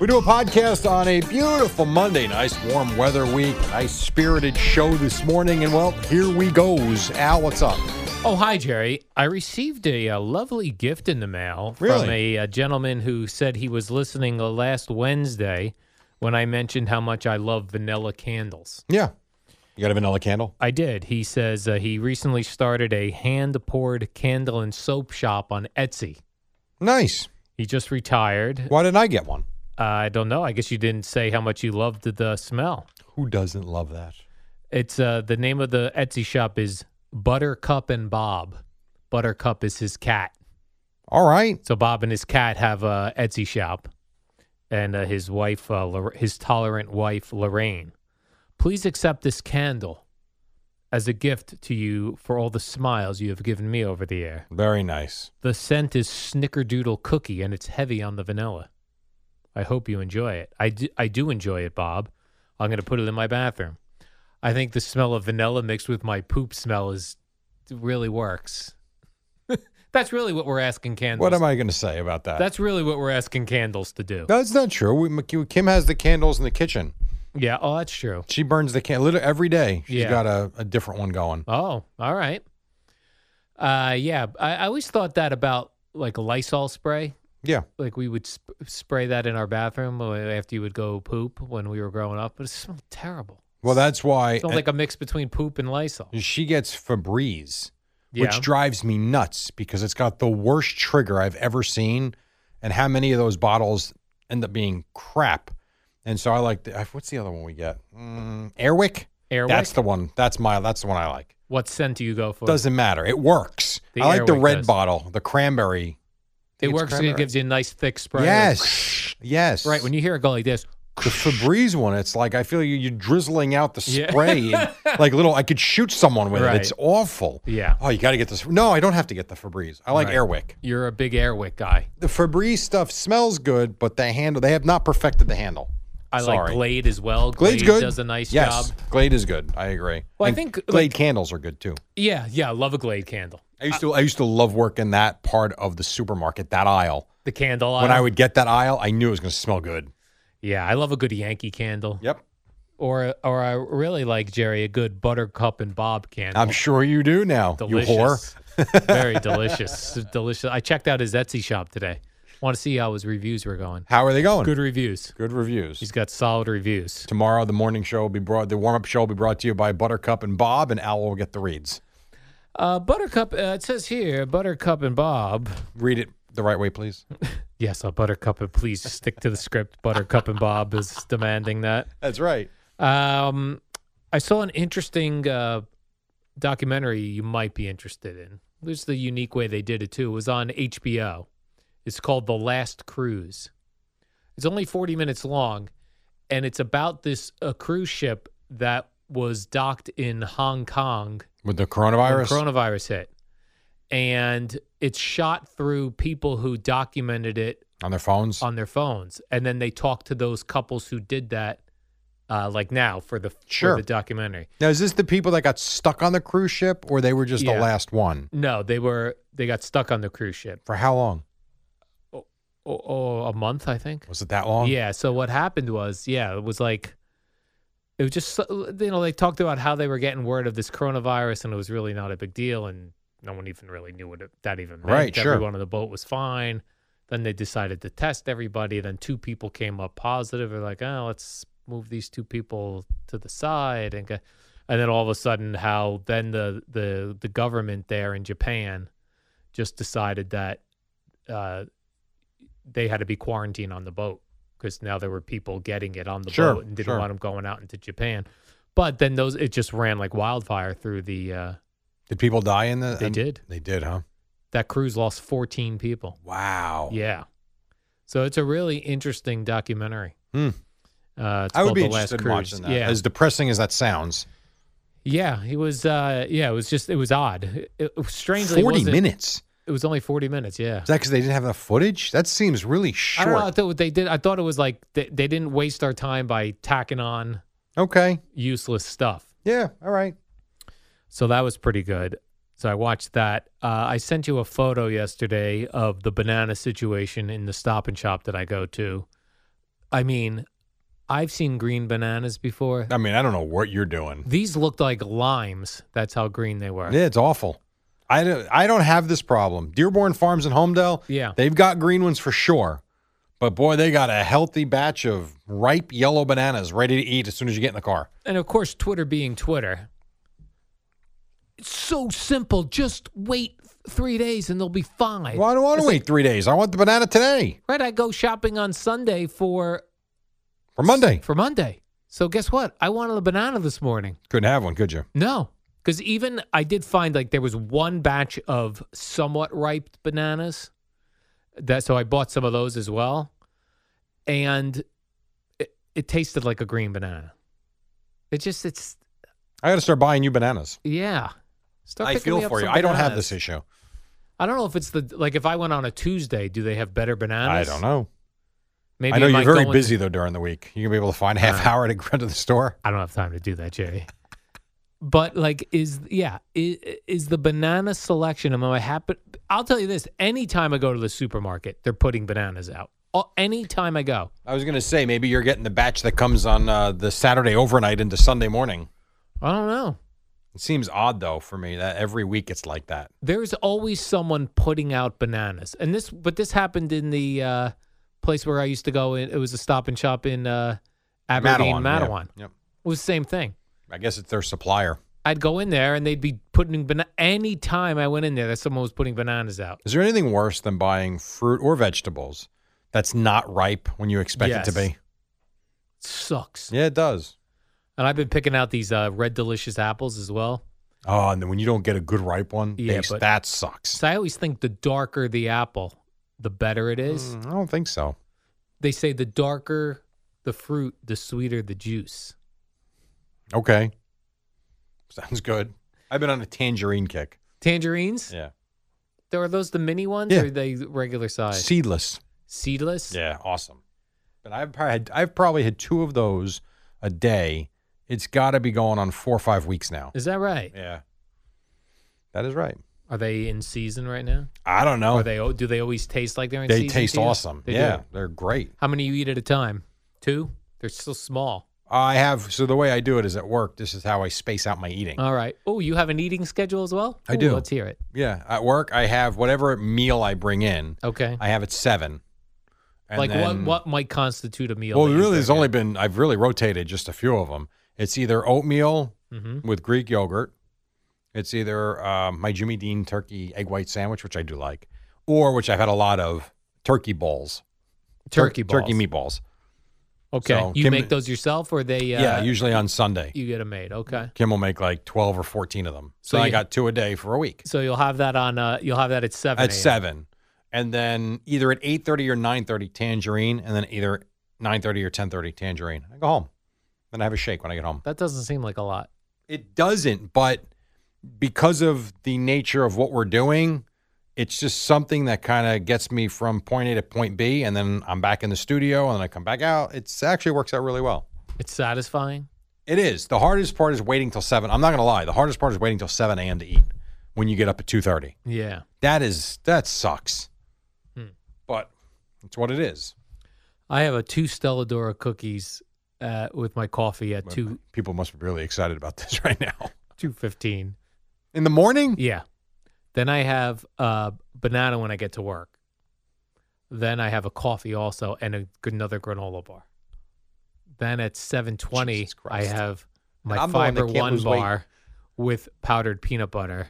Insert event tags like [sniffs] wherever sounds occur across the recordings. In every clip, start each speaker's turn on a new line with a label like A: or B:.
A: We do a podcast on a beautiful Monday. Nice warm weather week. Nice spirited show this morning. And well, here we goes. Al, what's up?
B: Oh, hi, Jerry. I received a, uh lovely gift in the mail from
A: Really?
B: a, uh gentleman who said he was listening uh, last Wednesday when I mentioned how much I love vanilla candles.
A: Yeah. You got a vanilla candle?
B: I did. He says uh, he recently started a hand poured candle and soap shop on Etsy.
A: Nice.
B: He just retired.
A: Why didn't I get one?
B: Uh, I don't know. I guess you didn't say how much you loved the smell.
A: Who doesn't love that?
B: It's uh the name of the Etsy shop is Buttercup and Bob. Buttercup is his cat.
A: All right.
B: So Bob and his cat have a Etsy shop, and uh, his wife, uh, Lor- his tolerant wife Lorraine. Please accept this candle as a gift to you for all the smiles you have given me over the air.
A: Very nice.
B: The scent is snickerdoodle cookie, and it's heavy on the vanilla. I hope you enjoy it. I do, I do enjoy it, Bob. I'm going to put it in my bathroom. I think the smell of vanilla mixed with my poop smell is really works. [laughs] That's really what we're asking candles.
A: What am I going to say about that?
B: That's really what we're asking candles to do.
A: That's not true. We, Mc- Kim has the candles in the kitchen.
B: Yeah. Oh, that's true.
A: She burns the candle every day. She's
B: Yeah.
A: got a, a different one going.
B: Oh, all right. Uh, yeah. I, I always thought that about like Lysol spray.
A: Yeah.
B: like we would sp- spray that in our bathroom uh, after you would go poop when we were growing up, but it smelled terrible.
A: Well, that's why. uh,
B: It smelled like a mix between poop and Lysol.
A: She gets Febreze,
B: Yeah.
A: which drives me nuts because it's got the worst trigger I've ever seen. And how many of those bottles end up being crap? And so I like the, what's the other one we get? Mm, Airwick?
B: Airwick?
A: That's the one. That's my. That's the one I like.
B: What scent do you go for?
A: Doesn't matter. It works.
B: The
A: I like the
B: Airwick
A: red
B: does.
A: bottle, the cranberry.
B: it
A: It's
B: works. It
A: cranberry.
B: gives you a nice thick spray.
A: Yes.
B: [sniffs]
A: Yes.
B: Right. When you hear it go like this,
A: the Febreze one, it's like I feel you you drizzling out the
B: Yeah. [laughs]
A: spray, and, like little. I could shoot someone with
B: Right.
A: it. It's awful.
B: Yeah.
A: Oh, you got to get this. No, I don't have to get the Febreze. I like
B: Right.
A: Airwick.
B: you're a big Airwick guy.
A: The Febreze stuff smells good, but the handle they have not perfected the handle.
B: I like
A: Sorry.
B: Glade as well.
A: Glade's
B: Glade
A: good.
B: does a nice
A: yes.
B: job.
A: Glade is good. I agree.
B: Well, I
A: And
B: think, like-
A: Glade candles are good too.
B: Yeah, yeah. I Love a Glade candle.
A: I used to I used to love working that part of the supermarket, that aisle.
B: The candle.
A: When
B: aisle.
A: I would get that aisle, I knew it was going to smell good.
B: Yeah, I love a good Yankee candle.
A: Yep.
B: Or or I really like Jerry a good Buttercup and Bob candle.
A: I'm sure you do now.
B: delicious.
A: You
B: [laughs]
A: whore.
B: Very delicious. Delicious. I checked out his Etsy shop today. Want to see how his reviews were going.
A: How are they going?
B: Good reviews.
A: Good reviews.
B: He's got solid reviews.
A: Tomorrow, the morning show will be brought. The warm-up show will be brought to you by Buttercup and Bob, and Al will get the reads.
B: Uh, Buttercup, uh, it says here, Buttercup and Bob.
A: Read it the right way, please.
B: Yes, uh, Buttercup, and please stick to the script. Buttercup and Bob is demanding that.
A: That's right.
B: Um, I saw an interesting uh, documentary you might be interested in. This is the unique way they did it too. It was on HBO. It's called The Last Cruise. It's only 40 minutes long, and it's about this a cruise ship that was docked in Hong Kong
A: With the
B: when
A: coronavirus,
B: coronavirus hit. And it's shot through people who documented it
A: on their phones,
B: on their phones, and then they talk to those couples who did that, uh, like now for the
A: Sure.
B: for the documentary.
A: now is this the people that got stuck on the cruise ship, or they were just
B: Yeah.
A: the last one?
B: No, they were they got stuck on the cruise ship.
A: For how long
B: Oh, oh a month, I think.
A: was it? That long?
B: Yeah. So what happened was, yeah, it was like it was just so- you know they talked about how they were getting word of this coronavirus and it was really not a big deal and no one even really knew what it, that even meant.
A: Right, sure.
B: Everyone on the boat was fine. Then they decided to test everybody. Then two people came up positive. They're like, oh, let's move these two people to the side and go. And then all of a sudden, how then the the the government there in Japan just decided that uh, they had to be quarantined on the boat because now there were people getting it on the
A: Sure,
B: boat and didn't
A: sure.
B: want them going out into Japan. But then those it just ran like wildfire through the uh,
A: Did people die in the?
B: They
A: in-
B: did.
A: They did, huh?
B: that cruise lost 14 people.
A: Wow.
B: Yeah. So it's a really interesting documentary.
A: Hmm.
B: Uh, it's
A: I would
B: called
A: be
B: the Last
A: interested in
B: Cruise.
A: watching that.
B: Yeah,
A: As depressing as that sounds,
B: yeah, it was. Uh, yeah, it was just. It was odd. It, it was strangely, it
A: forty
B: wasn't-
A: minutes.
B: It was only forty minutes. Yeah,
A: Is that because they didn't have enough footage? That seems really
B: I
A: short.
B: don't know. I thought what they did. I thought it was like they, they didn't waste our time by tacking on
A: Okay.
B: useless stuff.
A: Yeah. All right.
B: So that was pretty good. So I watched that. Uh, I sent you a photo yesterday of the banana situation in the Stop and Shop that I go to. I mean, I've seen green bananas before.
A: I mean, I don't know what you're doing.
B: These looked like limes. That's how green they were.
A: Yeah, it's awful. I don't. I don't have this problem. Dearborn Farms in Homedale.
B: Yeah.
A: They've got green ones for sure, but boy, they got a healthy batch of ripe yellow bananas ready to eat as soon as you get in the car.
B: And of course, Twitter being Twitter, it's so simple. Just wait three days and there'll be fine.
A: Well, I don't want to wait three days. I want the banana today
B: Right? I go shopping on Sunday for
A: for Monday.
B: for Monday. So guess what? I wanted a banana this morning.
A: Couldn't have one, could you?
B: No, because even I did find like there was one batch of somewhat ripe bananas. That so I bought some of those as well, and it, it tasted like a green banana. It just it's
A: I got to start buying you bananas.
B: yeah. Start
A: I
B: picking
A: feel
B: me up
A: for you.
B: some
A: I don't have
B: bananas.
A: this issue.
B: I don't know if it's the like if I went on a Tuesday, do they have better
A: I
B: bananas?
A: don't know.
B: Maybe
A: I know
B: it
A: you're
B: might
A: very
B: go into- Uh-huh.
A: busy though during the week. You're gonna be able to find a half hour to go to the store.
B: I don't have time to do that, Jerry. But like, is yeah, is, is the banana selection? Am I happy? I'll tell you this: anytime I go to the supermarket, they're putting bananas out. Oh, Anytime I go,
A: I was gonna say maybe you're getting the batch that comes on uh, the Saturday overnight into Sunday morning.
B: I don't know.
A: It seems odd though for me that every week it's like that.
B: There's always someone putting out bananas, and this, but this happened in the uh, place where I used to go. In, it was a Stop and Shop in uh, Aberdeen,
A: yeah.
B: Mattawan.
A: Yep.
B: It was the same thing.
A: I guess it's their supplier.
B: I'd go in there, and they'd be putting bana- any time I went in there that someone was putting bananas out.
A: Is there anything worse than buying fruit or vegetables that's not ripe when you expect it to
B: Yes.
A: be?
B: Sucks.
A: Yeah, it does.
B: And I've been picking out these uh, red delicious apples as well.
A: Oh, and then when you don't get a good ripe one,
B: Yeah,
A: they-
B: but-
A: that sucks.
B: So I always think the darker the apple, the better it is.
A: Mm, I don't think so.
B: They say the darker the fruit, the sweeter the juice.
A: Okay. Sounds good. I've been on a tangerine kick.
B: Tangerines?
A: Yeah.
B: Are those the mini ones
A: Yeah.
B: or are they regular size?
A: Seedless.
B: Seedless?
A: Yeah, awesome. But I've probably had, I've probably had two of those a day. It's got to be going on four or five weeks now.
B: Is that right?
A: Yeah. That is right.
B: Are they in season right now?
A: I don't know.
B: Are they o- do they always taste like they're in
A: Oh. they
B: season?
A: taste
B: to you?
A: awesome.
B: They do.
A: yeah, they're great.
B: How many you eat at a time? Two? They're still small.
A: I have so the way I do it is at work. This is how I space out my eating.
B: All right. Oh, you have an eating schedule as well?
A: I
B: Ooh,
A: do.
B: Let's hear it.
A: yeah, at work I have whatever meal I bring in.
B: Okay.
A: I have at seven. And
B: like
A: then-
B: what what might constitute a meal?
A: Well,
B: that you
A: really, there's
B: bring in?
A: only been I've really rotated just a few of them. It's either oatmeal
B: Mm-hmm.
A: with Greek yogurt. It's either um, my Jimmy Dean turkey egg white sandwich, which I do like, or which I've had a lot of turkey balls, Tur-
B: turkey
A: turkey
B: balls.
A: meatballs.
B: Okay,
A: So,
B: you
A: Kim-
B: make those yourself, or they? Uh,
A: yeah, usually on Sunday.
B: you get them made. Okay,
A: Kim will make like 12 or 14 of them. So,
B: So
A: I
B: you-
A: got two a day for a week
B: so you'll have that on. Uh, you'll have that at seven.
A: at
B: a.m.
A: 7. And then either at 8.30 or 9.30, tangerine. And then either 9.30 or 10.30, tangerine. I go home. Then I have a shake when I get home.
B: That doesn't seem like a lot.
A: It doesn't, but because of the nature of what we're doing, it's just something that kind of gets me from point A to point B. And then I'm back in the studio and then I come back out. It's actually works out really well.
B: It's satisfying.
A: It is. The hardest part is waiting till seven. I'm not gonna lie. The hardest part is waiting till seven a.m. to eat when you get up at two thirty.
B: Yeah.
A: That is that sucks.
B: Hmm.
A: But it's what it is.
B: I have a two Stelladora cookies uh, with my coffee at two
A: People must be really excited about this [laughs] right now.
B: two fifteen.
A: In the morning,
B: Yeah. Then I have uh, banana when I get to work. Then I have a coffee also and a, another granola bar. Then at seven twenty,
A: Jesus
B: I
A: Christ.
B: have my
A: I'm the one that
B: fiber
A: can't
B: one
A: lose weight.
B: bar with powdered peanut butter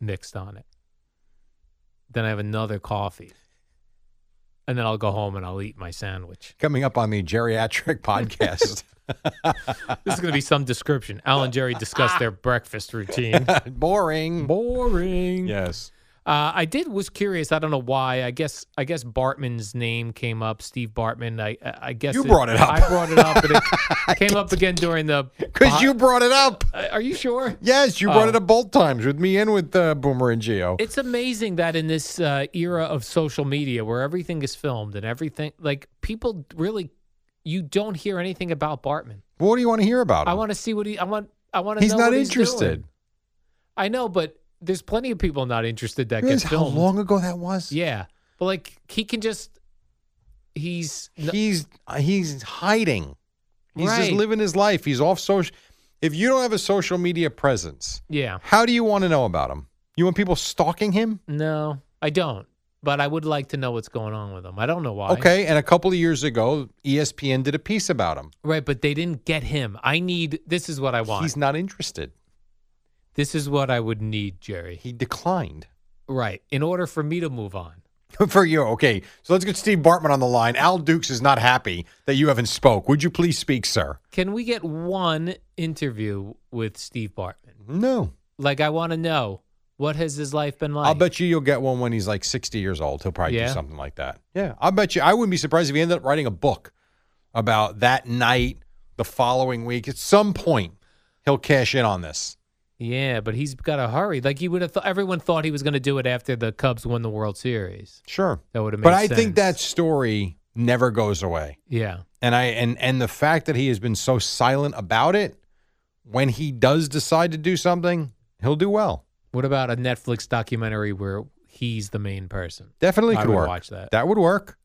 B: mixed on it. Then I have another coffee. And then I'll go home and I'll eat my sandwich.
A: Coming up on
B: [laughs]
A: the geriatric podcast. [laughs]
B: This is going to be some description. Al and Jerry discuss their breakfast
A: [laughs]
B: routine.
A: Boring.
B: Boring.
A: yes.
B: Uh, I did was curious. I don't know why. I guess I guess Bartman's name came up. Steve Bartman. I I I guess
A: You brought it up.
B: I brought it up,
A: [laughs]
B: and it came up again during the. Uh,
A: Because you brought it up.
B: Are you sure?
A: Yes, you brought
B: Oh.
A: it up both times with me and with uh, Boomer and Geo.
B: It's amazing that in this uh, era of social media, where everything is filmed and everything, like people really, you don't hear anything about Bartman.
A: what do you want to hear about?
B: I
A: him?
B: want to see what he. I want. I want to.
A: He's
B: know
A: not
B: what
A: interested.
B: doing. I know, but there's plenty of people not interested that
A: Realize
B: get
A: how
B: filmed.
A: long ago that was?
B: Yeah, but like he can just. He's no-
A: He's he's hiding. He's just
B: Right.
A: living his life. He's off social. If you don't have a social media presence,
B: yeah.
A: how do you want to know about him? You want people stalking him?
B: No, I don't. But I would like to know what's going on with him. I don't know why.
A: Okay. And a couple of years ago, E ESPN did a piece about him.
B: Right, but they didn't get him. I need. This is what I want.
A: He's not interested.
B: this is what I would need, Jerry.
A: He declined. [laughs]
B: Right. In order for me to move on.
A: For you, okay. So let's get Steve Bartman on the line. Al Dukes is not happy that you haven't spoke. Would you please speak, sir?
B: Can we get one interview with Steve Bartman?
A: No.
B: Like, I want to know what has his life been like.
A: I'll bet you you'll get one when he's like 60 years old. He'll probably do
B: Yeah?
A: something like that. Yeah. I'll bet you. I wouldn't be surprised if he ended up writing a book about that night, the following week. At some point, he'll cash in on this.
B: Yeah, but he's got to hurry. Like, he would have. Th- everyone thought he was going to do it after the Cubs won the World Series.
A: Sure.
B: That would have made.
A: But I think
B: sense.
A: that story never goes away.
B: Yeah.
A: And I and and the fact that he has been so silent about it, when he does decide to do something, he'll do well.
B: What about a Netflix documentary where he's the main person?
A: Definitely
B: I
A: could
B: would
A: work.
B: watch that.
A: would work.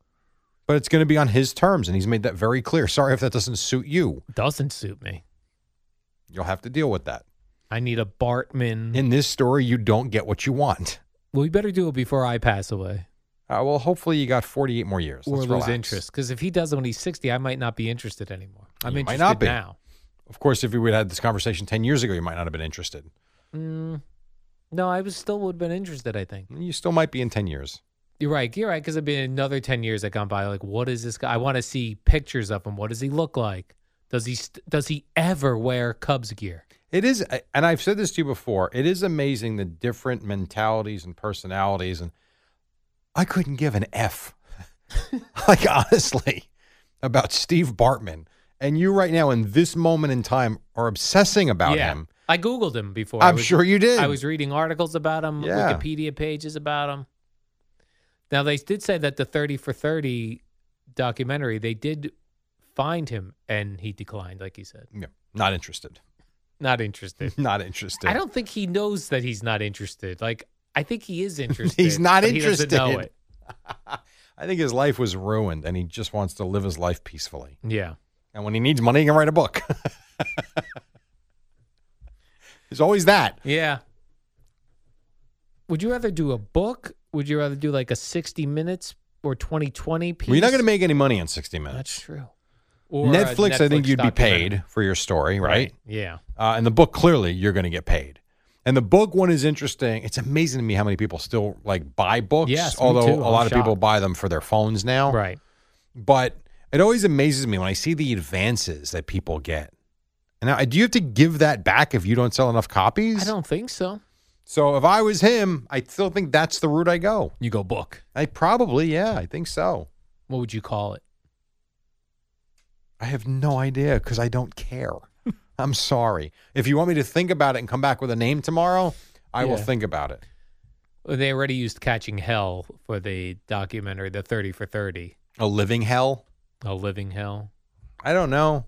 A: But it's going to be on his terms, and he's made that very clear. Sorry if that doesn't suit you.
B: Doesn't suit me.
A: You'll have to deal with that.
B: I need a Bartman.
A: In this story, you don't get what you want.
B: well, we better do it before I pass away
A: Uh, well, hopefully, you got 48 more years.
B: or
A: Let's
B: lose
A: relax.
B: interest. Because if he does it when he's 60, I might not be interested anymore. I'm
A: You might
B: interested
A: not be.
B: now.
A: Of course, if we would have had this conversation 10 years ago, you might not have been interested.
B: Mm, no, I was still would have been interested, I think.
A: You still might be in 10 years.
B: You're right. You're right. Because it'd been another 10 years that gone by. Like, what is this guy? I want to see pictures of him. What does he look like? Does he st- does he ever wear Cubs gear?
A: It is, and I've said this to you before, it is amazing the different mentalities and personalities. And I couldn't give an F, [laughs] like honestly, about Steve Bartman. And you right now, in this moment in time, are obsessing about
B: yeah.
A: him.
B: I Googled him before. I
A: I'm
B: was-
A: sure you did.
B: I was reading articles about him,
A: Yeah.
B: Wikipedia pages about him. Now they did say that the 30 for 30 documentary, they did find him and he declined like he said.
A: Yeah, not interested. [laughs]
B: Not interested.
A: Not interested.
B: I don't think he knows that he's not interested. Like I think he is interested.
A: [laughs] He's not
B: but he doesn't know
A: interested.
B: it.
A: I think his life was ruined and he just wants to live his life peacefully.
B: Yeah.
A: And when he needs money, he can write a book. [laughs] There's always that.
B: Yeah. Would you rather do a book? Would you rather do like a 60 minutes or 2020 piece?
A: Well, you're not going to make any money on 60 Minutes.
B: That's true. Or a
A: Netflix, I think you'd be
B: documentary.
A: paid for your story, right?
B: Yeah.
A: Uh, and the book, clearly, you're going to get paid. And the book one is interesting. It's amazing to me how many people still like buy books.
B: Yes, me
A: although
B: too.
A: a
B: I'm
A: lot of people
B: shocked.
A: buy them for their phones now.
B: Right.
A: But it always amazes me when I see the advances that people get. And I, do you have to give that back if you don't sell enough copies?
B: I don't think so.
A: So if I was him, I still think that's the route I go.
B: You go book.
A: I probably, yeah, I think so.
B: What would you call it?
A: I have no idea because I
B: [laughs]
A: don't care. I'm sorry. If you want me to think about it and come back with a name tomorrow, I will
B: Yeah.
A: think about it.
B: Well, They already used Catching Hell for the documentary, the 30 for 30,
A: A living hell?
B: A Living Hell.
A: I don't know.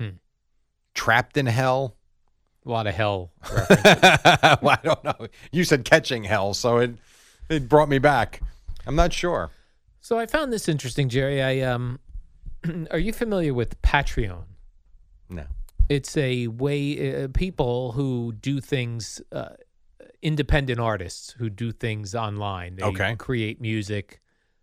B: Hmm.
A: Trapped in hell?
B: A lot of hell. reference.
A: [laughs] well, I don't know. You said catching hell, so it it brought me back. I'm not sure.
B: so I found this interesting, Jerry. I um, [clears throat] Are you familiar with Patreon?
A: No.
B: It's a way, uh, people who do things, uh, independent artists who do things online. They
A: Okay.
B: create music.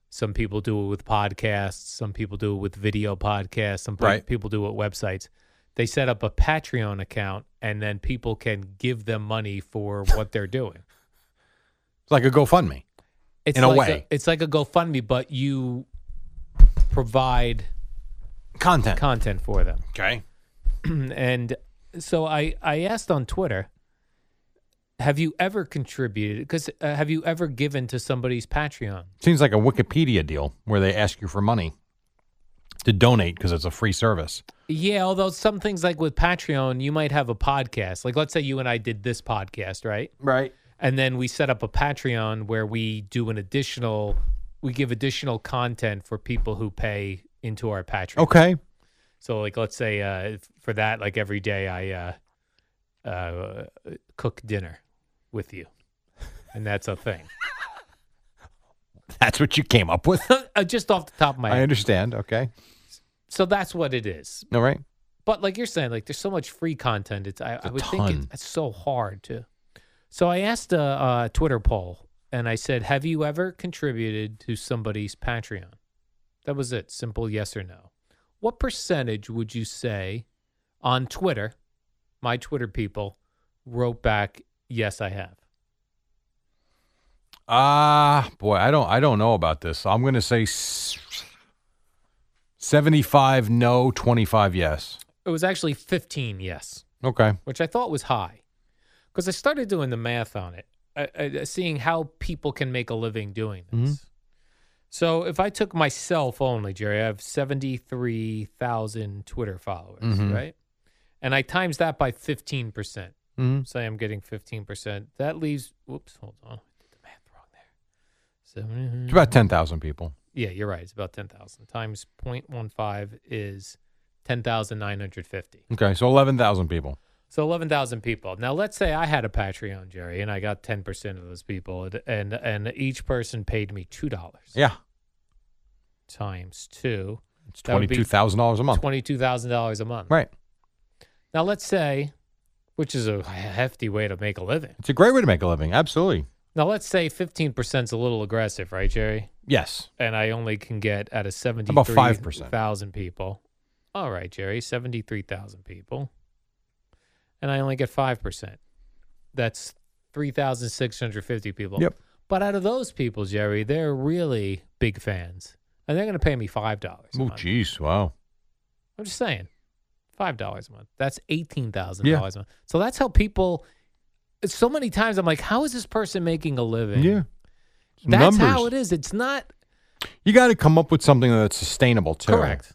B: Some people do it with podcasts. Some people do it with video podcasts. Some pe-
A: Right.
B: people do it with websites. They set up a
A: [laughs]
B: Patreon account, and then people can give them money for what they're doing.
A: It's like a GoFundMe.
B: It's
A: In a
B: like
A: way.
B: it's like a GoFundMe, but you provide
A: Content.
B: content for them.
A: okay.
B: and so I I asked on Twitter, have you ever contributed? Because uh, have you ever given to somebody's Patreon?
A: Seems like a Wikipedia deal where they ask you for money to donate because it's a free service.
B: Yeah, although some things like with Patreon, you might have a podcast. Like let's say you and I did this podcast, right?
A: Right.
B: And then we set up a Patreon where we do an additional, we give additional content for people who pay into our Patreon.
A: Okay.
B: So like let's say uh, if- for that, like every day I uh, uh, cook dinner with you, and that's a thing.
A: That's what you came up with.
B: Uh, just off the top of my
A: I
B: head.
A: understand. Okay.
B: So that's what it is.
A: All right.
B: But like you're saying, like there's so much free content. It's I, I
A: a
B: would think it's,
A: ton.
B: it's so hard to. So I asked a, uh Twitter poll, and I said, "Have you ever contributed to somebody's Patreon?" That was it. Simple yes or no. What percentage would you say on Twitter? My Twitter people wrote back, "Yes, I have."
A: Ah, boy, I don't I don't know about this. I'm going to say s- 75 no, 25 yes.
B: It was actually 15 yes.
A: Okay.
B: which I thought was high, because I started doing the math on it, uh, uh, seeing how people can make a living doing this. So if I took myself only, Jerry, I have seventy-three thousand Twitter followers,
A: Mhm.
B: right? And I times that by fifteen percent.
A: hmm
B: Say I'm getting fifteen percent. That leaves. Whoops, hold on, I did the math wrong there. Seven,
A: It's about 10,000 people.
B: yeah, you're right. It's about ten thousand times 0.15 is ten thousand nine hundred fifty.
A: Okay, so 11,000 people.
B: So 11,000 people. Now let's say I had a Patreon, Jerry, and I got 10% of those people and and, and each person paid me $2
A: Yeah.
B: times 2,
A: It's
B: That would be
A: $22,000 a month.
B: $22,000 a month.
A: Right.
B: Now let's say which is a hefty way to make a living.
A: It's a great way to make a living. Absolutely.
B: Now let's say 15% is a little aggressive, right, Jerry?
A: Yes.
B: And I only can get out of
A: 5%?
B: 73,000 people. All right, Jerry, 73,000 people. And I only get 5%. That's 3,650 people.
A: Yep.
B: But out of those people, Jerry, they're really big fans, and they're going to pay me five dollars.
A: Oh, jeez. Wow.
B: I'm just saying, five dollars a month. That's eighteen thousand
A: Yeah.
B: dollars a month. So that's how people. So many times I'm like, how is this person making a living?
A: Yeah. It's
B: that's how
A: numbers.
B: it is. It's not
A: You got to come up with something that's sustainable, too.
B: correct.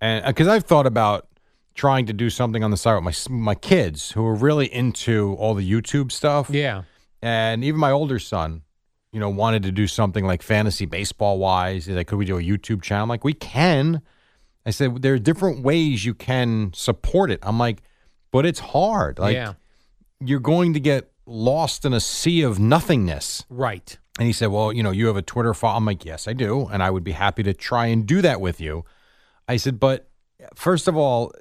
A: and because I've thought about trying to do something on the side with my s- my kids who are really into all the YouTube stuff,
B: Yeah,
A: and even my older son, you know, wanted to do something like fantasy baseball wise. He's like, could we do a YouTube channel? I'm like, we can. I said there are different ways you can support it. I'm like, but it's hard. Like
B: yeah,
A: you're going to get lost in a sea of nothingness.
B: right.
A: And he said, Well, you know, you have a Twitter follow. I'm like, Yes, I do. And I would be happy to try and do that with you. I said, But first of all,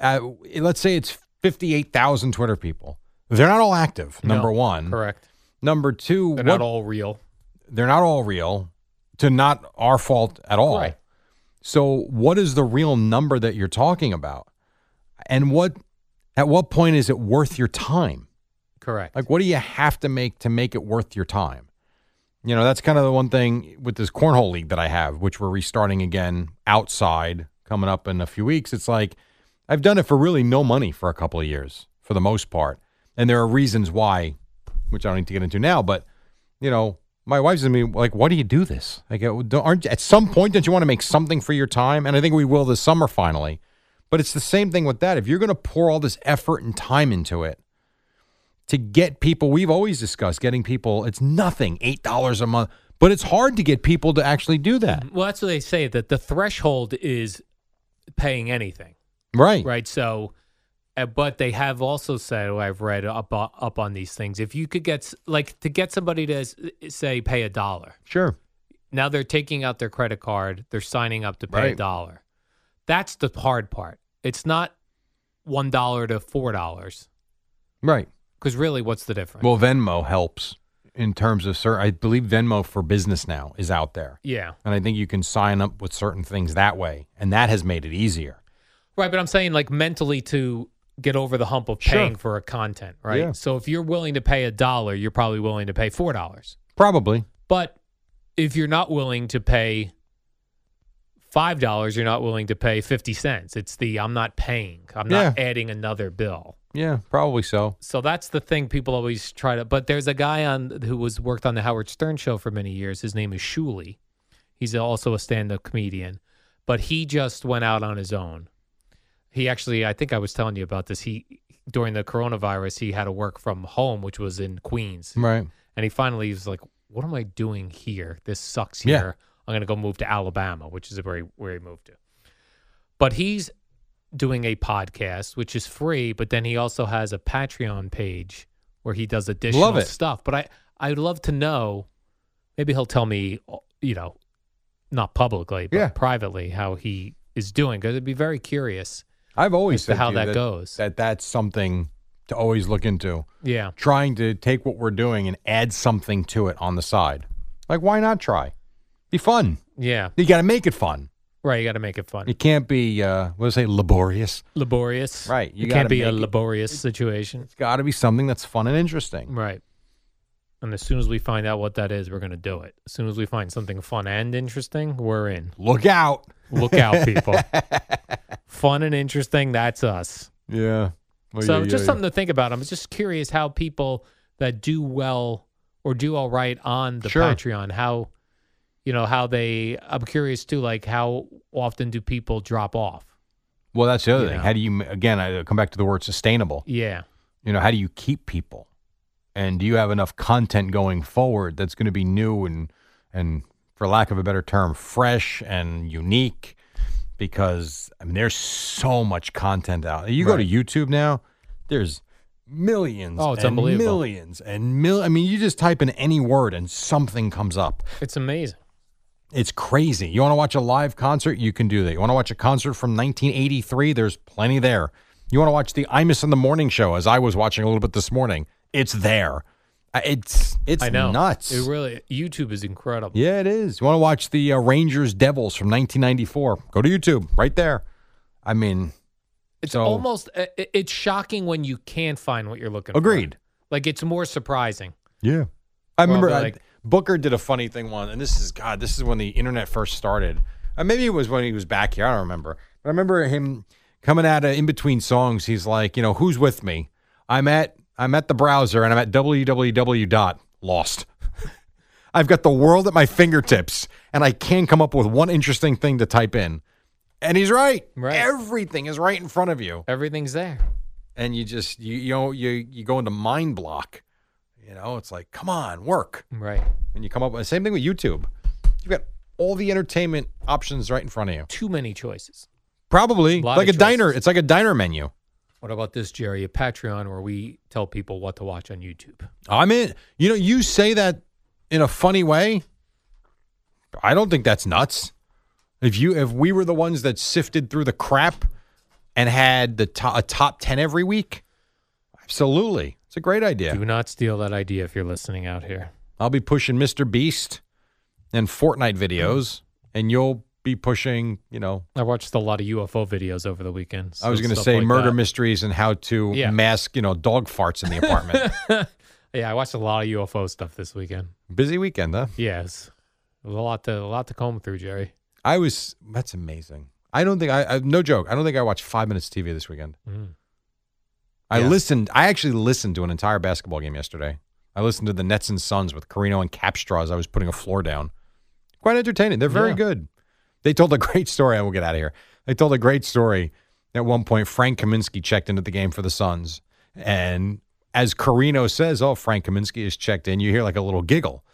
A: uh, let's say it's 58,000 Twitter people. They're not all active, number
B: No,
A: one.
B: correct.
A: Number 2
B: They're
A: what-
B: not all real.
A: they're not all real to not our fault at all.
B: Right.
A: So what is the real number that you're talking about? And what at what point is it worth your time?
B: Correct.
A: Like, what do you have to make to make it worth your time? You know, that's kind of the one thing with this cornhole league that I have, which we're restarting again outside coming up in a few weeks. It's like I've done it for really no money for a couple of years for the most part. And there are reasons why, which I don't need to get into now, but you know, my wife's gonna be like, "Why do you do this? Like, uh, don't, aren't at some point don't you want to make something for your time?" And I think we will this summer finally. But it's the same thing with that. If you're gonna pour all this effort and time into it to get people, we've always discussed getting people. It's nothing, eight dollars a month, but it's hard to get people to actually do that.
B: Well, that's what they say that the threshold is paying anything.
A: Right.
B: right? So, uh, but they have also said, oh, I've read up o- up on these things. If you could get s- like to get somebody to s- say pay a dollar,
A: Sure.
B: now they're taking out their credit card, they're signing up to pay a
A: Right.
B: dollar. That's the hard part. It's not one dollar to four dollars
A: Right.
B: because really, what's the difference?
A: Well, Venmo helps in terms of certain. I believe Venmo for business now is out there.
B: yeah,
A: And I think you can sign up with certain things that way. And that has made it easier.
B: right. But I'm saying like mentally to get over the hump of
A: Sure.
B: paying for a content, right?
A: Yeah.
B: So if you're willing to pay a dollar, you're probably willing to pay four dollars.
A: Probably.
B: But if you're not willing to pay five dollars, you're not willing to pay fifty cents. It's the I'm not paying. I'm not adding another bill.
A: Yeah, probably so.
B: So that's the thing people always try to. But there's a guy on who was worked on the Howard Stern show for many years. His name is Shuli. He's also a stand-up comedian, but he just went out on his own. He actually, I think I was telling you about this. He during the coronavirus, he had to work from home, which was in Queens,
A: Right.
B: and he finally was like, "What am I doing here? This sucks
A: Yeah.
B: here. I'm gonna go move to Alabama, which is where he, where he moved to." But he's doing a podcast, which is free, but then he also has a Patreon page where he does additional
A: Love it.
B: stuff. But I I'd love to know. Maybe he'll tell me, you know, not publicly, but
C: Yeah.
B: privately, how he is doing. Because I'd be very curious.
A: I've always
B: As to
A: said
B: how
A: you
B: that goes.
A: That that's something to always look into.
B: Yeah,
A: Trying to take what we're doing and add something to it on the side. Like why not try? Be fun.
B: yeah,
A: You got to make it fun.
B: right. You got to make it fun,
A: It can't be uh what do I say laborious.
B: laborious.
A: Right, you
B: it can't
A: gotta
B: be a
A: make it-
B: laborious situation.
A: It's got to be something that's fun and interesting.
B: Right. And as soon as we find out what that is, we're going to do it. As soon as we find something fun and interesting, we're in.
A: Look out.
B: Look out,
A: [laughs]
B: people. fun and interesting, that's us.
A: Yeah. Well,
B: so
A: yeah,
B: just
A: yeah,
B: something to think about. I'm just curious how people that do well or do all right on the
A: Sure.
B: Patreon, how you know, how they I'm curious too like how often do people drop off?
A: yeah. Well, that's the other
B: you
A: thing.
B: know.
A: How do you again, I uh, come back to the word sustainable.
B: Yeah.
A: you know how do you keep people and do you have enough content going forward that's going to be new and and for lack of a better term fresh and unique because i mean there's so much content out you go to youtube now there's millions
B: Oh, it's
A: and
B: unbelievable.
A: millions and mil i mean you just type in any word and something comes up
B: It's amazing.
A: it's crazy. You want to watch a live concert? You can do that. You want to watch a concert from 1983? There's plenty there. You want to watch the Imus in the Morning show, as I was watching a little bit this morning? It's there. I- It's it's
B: I know.
A: nuts.
B: It really YouTube is incredible.
A: yeah, it is. You want to watch the uh, Rangers Devils from 1994? Go to YouTube, right there. I mean,
B: It's
A: So-
B: almost i- i- it's shocking when you can find what you're looking for.
A: agreed.
B: Like it's more surprising.
A: Yeah. I remember
B: they're
A: I-
B: like-
A: Booker did a funny thing one, and this is God, this is when the internet first started. Uh, maybe it was when he was back here. I don't remember. But I remember him coming out of in between songs. He's like, you know, who's with me? I'm at I'm at the browser and I'm at www dot lost. [laughs] I've got the world at my fingertips, and I can't come up with one interesting thing to type in. And he's right.
B: Right.
A: Everything is right in front of you
B: Everything's there.
A: and you just you you know you you go into mind block. You know, it's like come on, work,
B: Right.
A: and you come up with same thing with YouTube. You've got all the entertainment options right in front of you.
B: Too many choices.
A: Probably
B: Lot
A: like a
B: of
A: diner.
B: choices.
A: It's like a diner menu.
B: What about this, Jerry? A Patreon where we tell people what to watch on YouTube.
A: I'm in. You know, you say that in a funny way. I don't think that's nuts. If you if we were the ones that sifted through the crap and had the to, a top ten every week, absolutely, it's a great idea.
B: Do not steal that idea if you're listening out here.
A: I'll be pushing Mr. Beast and Fortnite videos, and you'll be pushing, you know,
B: I watched a lot of UFO videos over the weekend.
A: I
B: so
A: was going to
B: stuff
A: say
B: like
A: murder
B: that.
A: mysteries and how to
B: Yeah.
A: mask, you know, dog farts in the
B: [laughs]
A: apartment.
B: Yeah, I watched a lot of UFO stuff this weekend.
A: Busy weekend, huh?
B: Yes. A lot to a lot to comb through, Jerry.
A: I was, that's amazing. I don't think, I, I no joke, I don't think I watched five minutes TV this weekend.
B: Mm.
A: I
B: Yeah.
A: listened, I actually listened to an entire basketball game yesterday. I listened to the Nets and Suns with Carino and Capstraw as I was putting a floor down. Quite entertaining. They're very
B: Yeah.
A: good. They told a [laughs] great story. I will get out of here. They told a great story. At one point, Frank Kaminsky checked into the game for the Suns. And as Carino says, oh, Frank Kaminsky is checked in, you hear like a little giggle.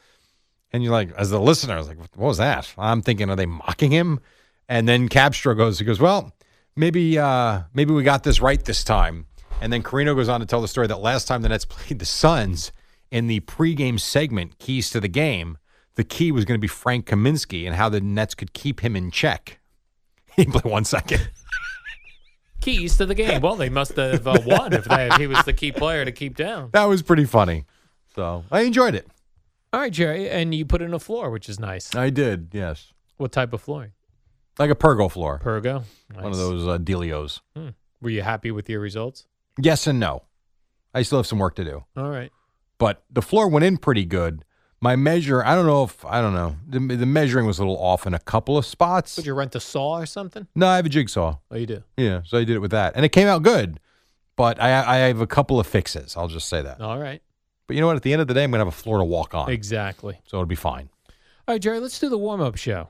A: And you're like, as the listener, I was like, what was that? I'm thinking, are they mocking him? And then Capstro goes, he goes, well, maybe uh, maybe we got this right this time. And then Carino goes on to tell the story that last time the Nets [laughs] played the Suns in the pregame segment, Keys to the Game, the key was going to be Frank Kaminsky and how the Nets could keep him in check. [laughs] He played one second.
B: Keys to the game. Well, they must have uh, won if, they, if he was the key player to keep down.
A: That was pretty funny. So I enjoyed it.
B: All right, Jerry, and you put in a floor, which is nice.
A: I did, yes.
B: What type of flooring?
A: Like a pergo floor,
B: Pergo. Nice.
A: one of those uh, dealios.
B: Were you happy with your results?
A: Yes and no. I still have some work to do.
B: All right.
A: but the floor went in pretty good. My measure, I don't know if I don't know. The, the measuring was a little off in a couple of spots.
B: Would you rent a saw or something?
A: no, I have a jigsaw.
B: Oh, you do.
A: Yeah, so I did it with that, and it came out good. But I, I have a couple of fixes. I'll just say that.
B: All right.
A: But you know what? At the end of the day, I'm gonna have a floor to walk on,
B: Exactly.
A: so it'll be fine.
B: All right, Jerry, let's do the warm up show.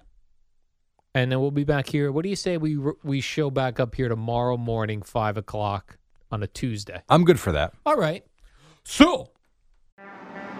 B: And then we'll be back here. What do you say we we show back up here tomorrow morning, 5 o'clock on a Tuesday?
A: I'm good for that.
B: All right. So,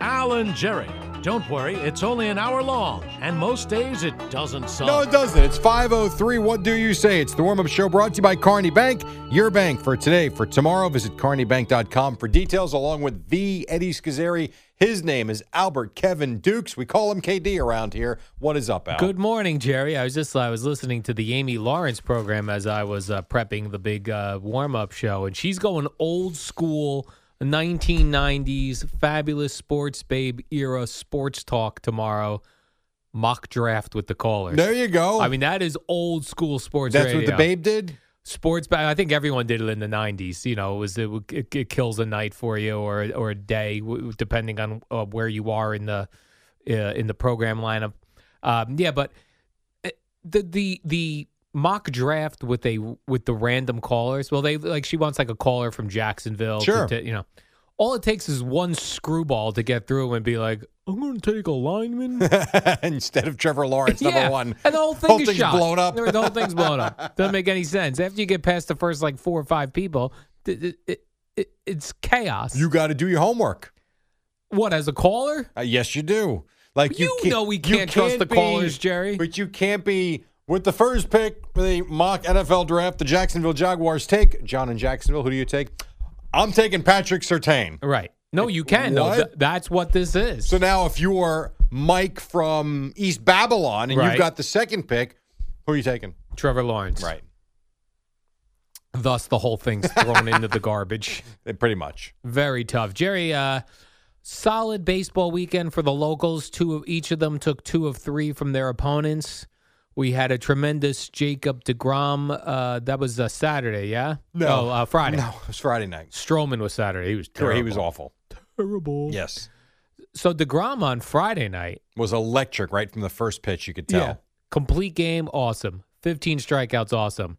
D: Alan Jerry. Don't worry, it's only an hour long, and most days it doesn't suck.
A: No, it doesn't. It's 503. What do you say? It's the warm up show brought to you by Carney Bank, your bank for today. For tomorrow, visit carneybank.com for details, along with the Eddie Scazzeri. His name is Albert Kevin Dukes. We call him KD around here. What is up, Al?
B: good morning, Jerry. I was just I was listening to the Amy Lawrence program as I was uh, prepping the big uh, warm up show, and she's going old school 1990s fabulous sports babe era sports talk tomorrow. Mock draft with the callers.
A: There you go.
B: I mean, that is old school sports.
A: that's what
B: radio.
A: the babe did. [laughs]
B: sports back. I think everyone did it in the '90s. You know, it was it, it, it kills a night for you or or a day, w- depending on uh, where you are in the uh, in the program lineup. Um, yeah, but uh, the the the mock draft with a with the random callers. Well, they like she wants like a caller from Jacksonville. to-
A: Sure.
B: to, you know. All it takes is one screwball to get through and be like, "I'm going to take a lineman
A: Instead of Trevor Lawrence, number one.
B: and the whole thing is
A: thing's
B: shot.
A: blown up.
B: The whole thing's blown
A: [laughs]
B: up. Doesn't make any sense. After you get past the first like four or five people, th- it, it, it, it's chaos.
A: You got to do your homework.
B: what as a caller?
A: Uh, yes, you do. Like you,
B: You
A: can't-
B: know we
A: you
B: can't trust the
A: be-
B: callers, Jerry.
A: But you can't be with the first pick for the mock NFL draft. The Jacksonville Jaguars take John in Jacksonville. Who do you take? I'm taking Patrick Sertain.
B: Right? No, you can. though.
A: What?
B: Th- that's what this is.
A: So now, if you are Mike from East Babylon and
B: Right.
A: you've got the second pick, who are you taking?
B: Trevor Lawrence. Thus, the whole thing's thrown into the garbage. [laughs]
A: Eh, pretty much.
B: Very tough, Jerry. Uh, solid baseball weekend for the locals. Two of each of them took two of three from their opponents. We had a tremendous Jacob Degrom. Uh, that was uh, Saturday, yeah.
A: No.
B: oh, uh, Friday.
A: No, [laughs] it was Friday night.
B: Stroman was Saturday. He was terrible.
A: He was awful.
B: terrible.
A: Yes,
B: So Degrom on Friday night.
A: was electric right from the first pitch. You could tell.
B: Complete game, awesome. Fifteen strikeouts, awesome.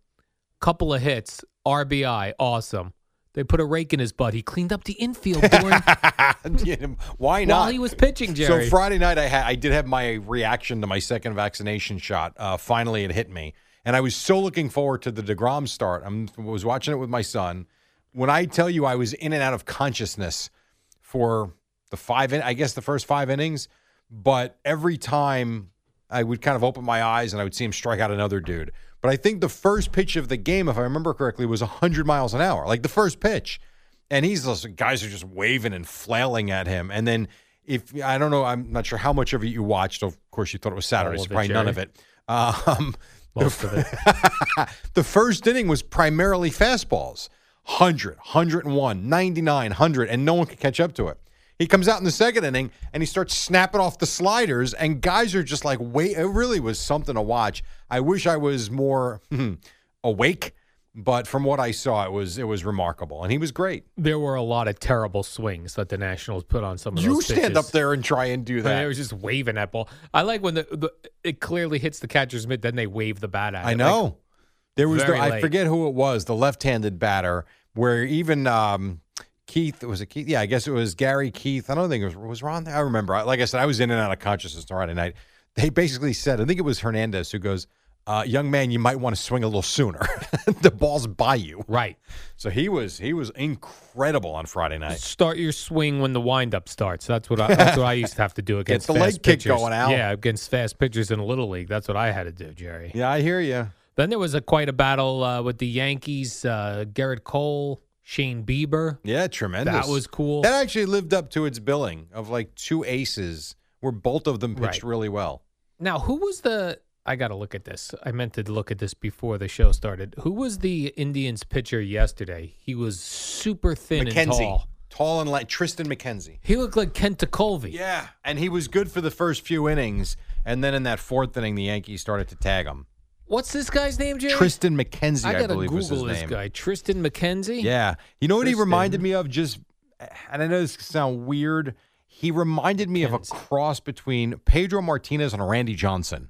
B: Couple of hits, RBI, awesome. They put a rake in his butt. He cleaned up the
A: [laughs]
B: infield during,
A: Why not?
B: while he was pitching, Jerry.
A: So Friday night, I had I did have my reaction to my second vaccination shot. Uh, finally, it hit me, and I was so looking forward to the Degrom start. I was watching it with my son. When I tell you, I was in and out of consciousness for the five, in, I guess the first five innings, but every time I would kind of open my eyes and I would see him strike out another dude. But I think the first pitch of the game, if I remember correctly, was 100 miles an hour, like the first pitch. And he's those guys are just waving and flailing at him. And then if I don't know, I'm not sure how much of it you watched. Of course, you thought it was Saturday,
B: All
A: so
B: of it,
A: probably none
B: Jerry.
A: of it. Um, [laughs]
B: Most of it.
A: the first inning was primarily fastballs 100, 101, 99, 100, and no one could catch up to it. He comes out in the second inning and he starts snapping off the sliders, and guys are just like, wait, it really was something to watch. I wish I was more hmm, awake, but from what I saw, it was it was remarkable, and he was great.
B: there were a lot of terrible swings that the Nationals put on some of
A: You
B: those
A: stand
B: pitches.
A: up there and try and
B: I
A: do
B: mean, they were
A: that.
B: just waving that ball. I like when the, the it clearly hits the catcher's mitt, then they wave the bat at it.
A: I
B: Like,
A: know. there was the,
B: very
A: I
B: late.
A: forget who it was, the left-handed batter, where even um, Keith was it Keith? Yeah, I guess it was Gary Keith. I don't think it was was Ron. there? I remember. I- Like I said, I was in and out of consciousness on Friday night. They basically said, I think it was Hernandez who goes, uh, "Young man, you might want to swing a little sooner. [laughs] the ball's by you."
B: right.
A: So he was he was incredible on Friday night.
B: Start your swing when the windup starts. That's what
A: [laughs]
B: I, that's what I used to have to do against
A: the leg
B: fast
A: kick
B: pitchers.
A: going, Al.
B: Yeah, against fast pitchers in little league. That's what I had to do, Jerry.
A: Yeah, I hear you.
B: Then there was a quite a battle uh, with the Yankees. Uh, Garrett Cole, Shane Bieber.
A: Yeah, tremendous.
B: That was cool.
A: That actually lived up to its billing of like two aces, where both of them pitched
B: Right.
A: really well.
B: Now, who was the? I got to look at this. I meant to look at this before the show started. Who was the Indians pitcher yesterday? He was super thin and
A: McKenzie,
B: tall.
A: tall and light. Tristan McKenzie.
B: He looked like Kenta Colby.
A: Yeah, and he was good for the first few innings, and then in that fourth inning, the Yankees started to tag him.
B: What's this guy's name, Jay?
A: Tristan McKenzie,
B: I
A: I,
B: gotta
A: believe,
B: Google
A: was his
B: this
A: name.
B: guy, Tristan McKenzie.
A: Yeah, you know what he
B: Tristan.
A: reminded me of? Just, and I know this could sound weird. He reminded me of a
B: McKenzie.
A: cross between Pedro Martinez and Randy Johnson.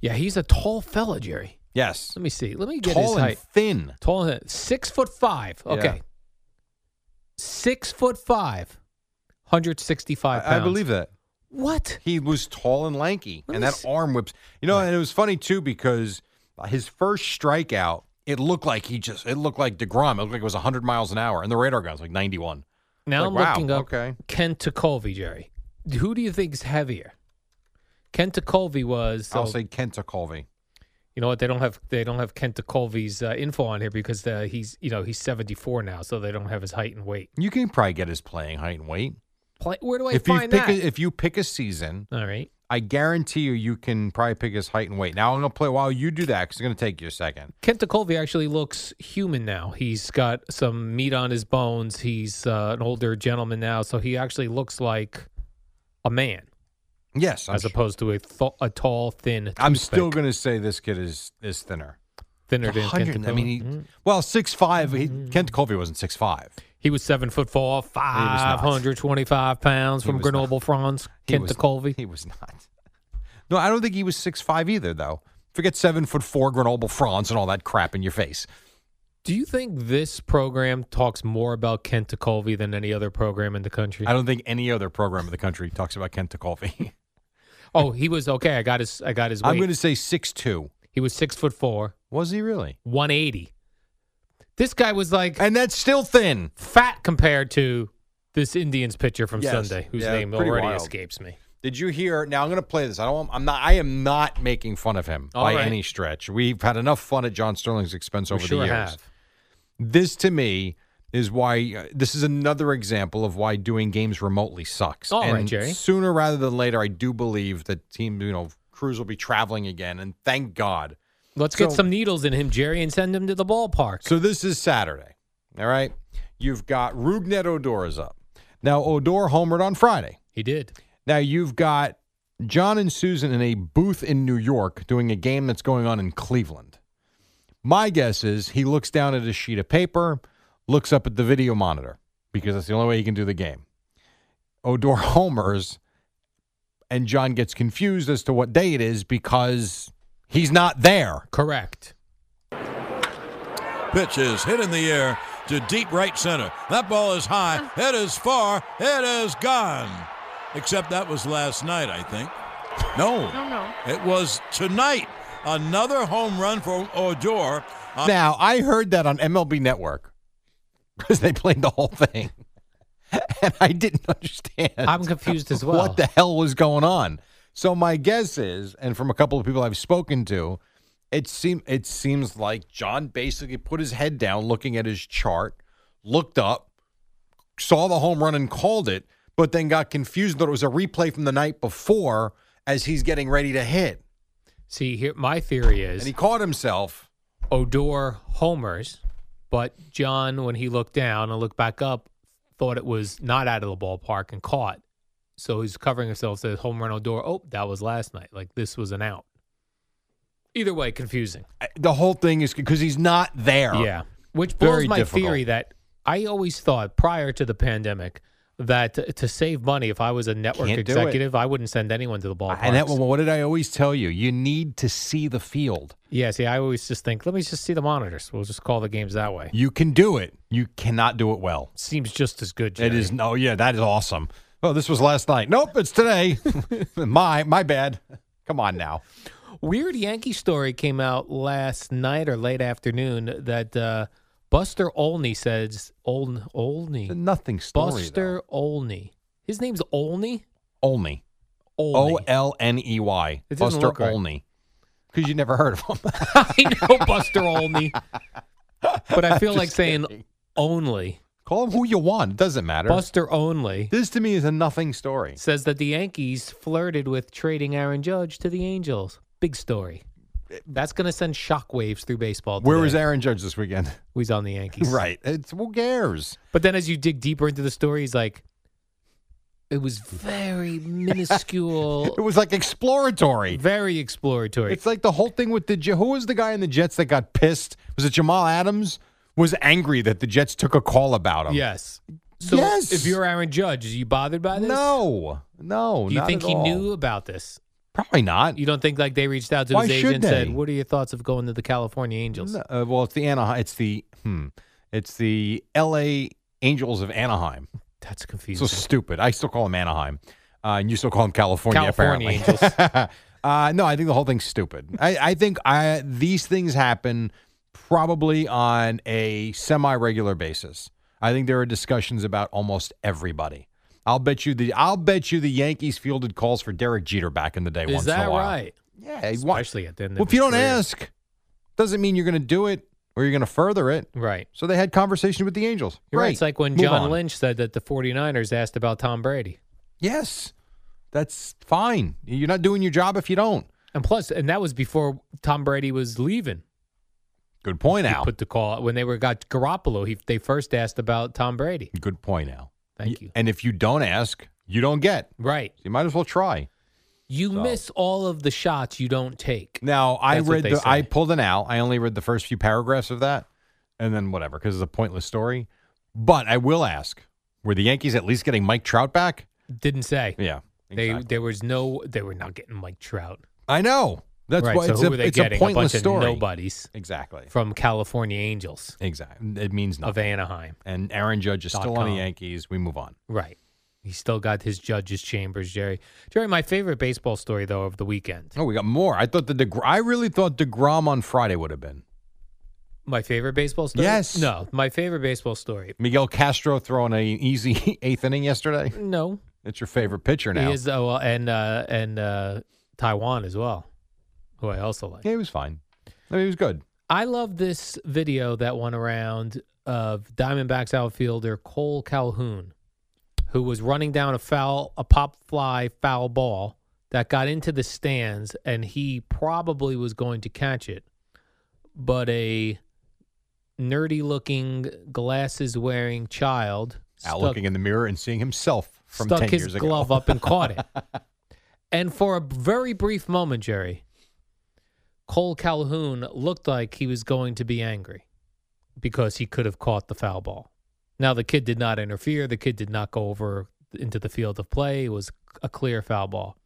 B: yeah, he's a tall fella, Jerry.
A: Yes,
B: Let me see. Let me get his
A: tall and
B: height.
A: thin.
B: Tall, and- six foot five.
A: Yeah.
B: Okay, six foot five, hundred sixty-five pounds.
A: I, I believe that.
B: What?
A: He was tall and lanky,
B: Let
A: and
B: me
A: that
B: see.
A: arm whips. You know, and it was funny too because his first strikeout, it looked like he just, it looked like Degrom. It looked like it was 100 miles an hour, and the radar gun was like 91.
B: Now
A: Like,
B: I'm
A: wow,
B: looking up
A: okay.
B: Ken Colby, Jerry. Who do you think's heavier? Ken Colby was.
A: I'll
B: so-
A: say Kenta Colvey.
B: You know what? They don't have they don't have Kent Colvey's uh, info on here because uh, he's you know he's 74 now, so they don't have his height and weight.
A: You can probably get his playing height and weight.
B: Play, where do I
A: if you
B: find
A: pick,
B: that?
A: a, if you pick a season,
B: All right.
A: I guarantee you, you can probably pick his height and weight. Now I'm gonna play while you do that because it's gonna take you a second.
B: Kent Colvey actually looks human now. He's got some meat on his bones. He's uh, an older gentleman now, so he actually looks like a man
A: Yes, I'm,
B: as
A: sure.
B: opposed to a, th- a tall, thin.
A: I'm still
B: toothpick.
A: gonna say this kid is is thinner.
B: thinner than Kent
A: 100, I mean, he,
B: Colvey. Mhm.
A: well, six five. He,
B: Mm-hmm.
A: Kent Colvey wasn't six five.
B: He was seven foot four,
A: not.
B: five hundred twenty five pounds
A: He
B: from
A: was not.
B: Grenoble, France.
A: He
B: Kent
A: was-
B: Colvey.
A: He was not. [laughs] No, I don't think he was six five either, though. Forget seven foot four Grenoble France and all that crap in your face.
B: Do you think this program talks more about Kent Colvey than any other program in the country?
A: I don't think any other program in the country talks about Kent Colvey.
B: Oh, he was okay. I got his. I got his weight.
A: I'm going to say six two.
B: He was six foot four,
A: Was he really?
B: one eighty. This guy was like
A: And that's still thin.
B: fat compared to this Indians pitcher from
A: Yes.
B: Sunday, whose
A: Yeah,
B: name
A: pretty
B: already
A: wild.
B: escapes me.
A: Did you hear? Now I'm going to play this. I don't. want- I'm not. I am not making fun of him
B: All
A: by
B: right.
A: any stretch. We've had enough fun at John Sterling's expense over
B: we sure
A: the years.
B: have.
A: This to me is why uh, this is another example of why doing games remotely sucks.
B: All
A: and
B: right, Jerry.
A: Sooner rather than later, I do believe that team, you know, crews will be traveling again, and thank God.
B: Let's get
A: So-
B: some needles in him, Jerry, and send him to the ballpark.
A: So this is Saturday. All right, you've got Rugnet Odor is up. Now Odor homered on Friday.
B: he did.
A: Now you've got John and Susan in a booth in New York doing a game that's going on in Cleveland. My guess is he looks down at a sheet of paper, looks up at the video monitor because that's the only way he can do the game. Odor [laughs] homers, and John gets confused as to what day it is because he's not there.
B: Correct.
D: Pitch is hit in the air to deep right center. That ball is high. It is far. It is gone. Except that was last night, I think. No. No, no. It was tonight. Another home run for Odor. Uh,
A: Now I heard that on MLB Network [laughs] because they played the whole thing, [laughs] and I didn't [laughs] understand.
B: I'm confused as well.
A: [laughs] What the hell was going on? So my guess is, and from a couple of people I've spoken to, it seem it seems like John basically put his head down, looking at his chart, looked up, saw the home run and called it, but then got confused that it was a replay from the night before as he's getting ready to hit,
B: See, here my theory is
A: and he caught himself.
B: Odor homers, but John, when he looked down and looked back up, thought it was not out of the ballpark and caught. So he's covering himself, says home run Odor. Oh, that was last night. Like this was an out. Either way, confusing.
A: I- The whole thing is because he's not there.
B: Yeah. Which blows
A: Very
B: my
A: difficult.
B: theory that I always thought prior to the pandemic that to, to save money, if I was a network
A: Can't do it.
B: executive, I wouldn't send anyone to the ballpark.
A: And that, what did I always tell you? You need to see the field.
B: yeah, see, I always just think, let me just see the monitors. We'll just call the games that way.
A: You can do it. You cannot do it well.
B: Seems just as good.
A: It
B: Jerry.
A: is no, yeah, that is awesome. Oh, this was last night. Nope, it's today. [laughs] my my bad. Come on now.
B: Weird Yankee story came out last night or late afternoon that uh, Buster Olney says Oln
A: It's a
B: Olney
A: nothing story.
B: Buster Olney. His name's Olney.
A: though. Olney. O
B: Olney.
A: L N E Y.
B: It doesn't
A: Buster
B: look right.
A: Olney. because you never heard of him. [laughs]
B: [laughs] I know Buster Olney, but I feel like saying only
A: Call him who you want. It doesn't matter.
B: Buster Only
A: This to me is a nothing story.
B: says that the Yankees flirted with trading Aaron Judge to the Angels. Big story. That's going to send shockwaves through baseball.
A: Where
B: today.
A: was Aaron Judge this [laughs] weekend?
B: He's on the Yankees,
A: right. It's who cares?
B: But then as you dig deeper into the story, he's like, it was
A: [laughs]
B: very minuscule,
A: It was like exploratory.
B: very exploratory.
A: It's like the whole thing with the J- who was the guy in the Jets that got pissed? Was it Jamal Adams? Was angry that the Jets took a call about him?
B: yes. So
A: um, Yes.
B: if you're Aaron Judge, are you bothered by this?
A: No, no.
B: Do you
A: not
B: think
A: at
B: he
A: all.
B: knew about this?
A: Probably not.
B: You don't think like they reached out to
A: Why
B: his agent
A: should
B: and said,
A: they?
B: "What are your thoughts of going to the California Angels?"
A: No, uh, well, it's the Anaheim. It's the hmm. It's the L.A. Angels of Anaheim.
B: That's
A: So
B: confusing.
A: stupid. I still call them Anaheim, uh, and you still call them California.
B: California
A: apparently. [laughs] uh, no, I think the whole thing's stupid. I, I think I, these things happen probably on a semi-regular basis. I think there are discussions about almost everybody. I'll bet you the I'll bet you the Yankees fielded calls for Derek Jeter back in the day.
B: Is
A: once in
B: that
A: a while.
B: right?
A: Yeah, he wa-
B: Especially at the end. of
A: well, if
B: his
A: you don't
B: career.
A: ask, doesn't mean you're going to do it or you're going to further it.
B: right?
A: So they had conversation with the Angels.
B: You're right.
A: Great.
B: It's like when
A: Move
B: John
A: on.
B: Lynch said that the 49ers asked about Tom Brady,
A: Yes, that's fine. You're not doing your job if you don't.
B: and plus, and that was before Tom Brady was leaving.
A: Good point,
B: He
A: Al.
B: put the call when they were got Garoppolo. He, they first asked about Tom Brady.
A: Good point, Al.
B: Thank
A: Y-
B: you.
A: And if you don't ask, you don't get.
B: Right.
A: You might as well try.
B: You
A: So-
B: miss all of the shots you don't take.
A: Now I
B: That's what
A: read
B: they
A: the I
B: say.
A: pulled an Al. I only read the first few paragraphs of that, and then whatever because it's a pointless story. But I will ask: Were the Yankees at least getting Mike Trout back?
B: Didn't say.
A: Yeah,
B: They there was no they were not getting Mike Trout.
A: I know. That's
B: right.
A: why
B: so
A: it's,
B: who
A: a,
B: were they
A: it's
B: getting?
A: a pointless
B: bunch of
A: story.
B: nobodies
A: Exactly.
B: from California Angels
A: Exactly. It means
B: of
A: nothing.
B: Anaheim.
A: And Aaron Judge is
B: Dot
A: still on the
B: com.
A: Yankees. We move on.
B: Right. He still got his judge's chambers, Jerry. Jerry, my favorite baseball story though of the weekend.
A: Oh, we got more. I thought the DeGr- I really thought Degrom on Friday would have been
B: My favorite baseball story?
A: Yes.
B: No, my favorite baseball story.
A: Miguel Castro throwing an easy [laughs] eighth inning yesterday.
B: No.
A: It's your favorite pitcher now.
B: He is oh, well, and uh and uh Taiwan as well, who I also like.
A: Yeah, he was fine. I mean, he was good.
B: I love this video that went around of Diamondbacks outfielder Cole Calhoun, who was running down a foul, a pop fly foul ball that got into the stands, and he probably was going to catch it, but a nerdy-looking, glasses-wearing child
A: Out
B: stuck-
A: looking in the mirror and seeing himself from
B: stuck
A: ten
B: his
A: years ago.
B: glove up and caught it.
A: [laughs]
B: and for a very brief moment, Jerry, Cole Calhoun looked like he was going to be angry because he could have caught the foul ball. Now the kid did not interfere. The kid did not go over into the field of play. It was a clear foul ball.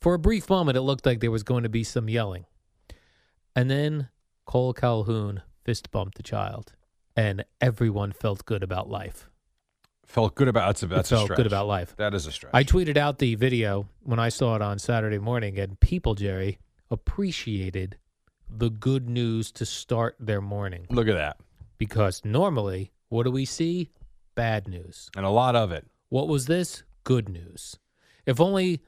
B: For a brief moment, it looked like there was going to be some yelling, and then Cole Calhoun fist bumped the child, and everyone felt good about life.
A: Felt good about that's a, that's a
B: felt
A: stretch.
B: good about life.
A: That is a stretch.
B: I tweeted out the video when I saw it on Saturday morning, and people, Jerry, appreciated the good news to start their morning
A: Look at that,
B: because normally, what do we see? Bad news.
A: and a lot of it.
B: What was this? Good news. If only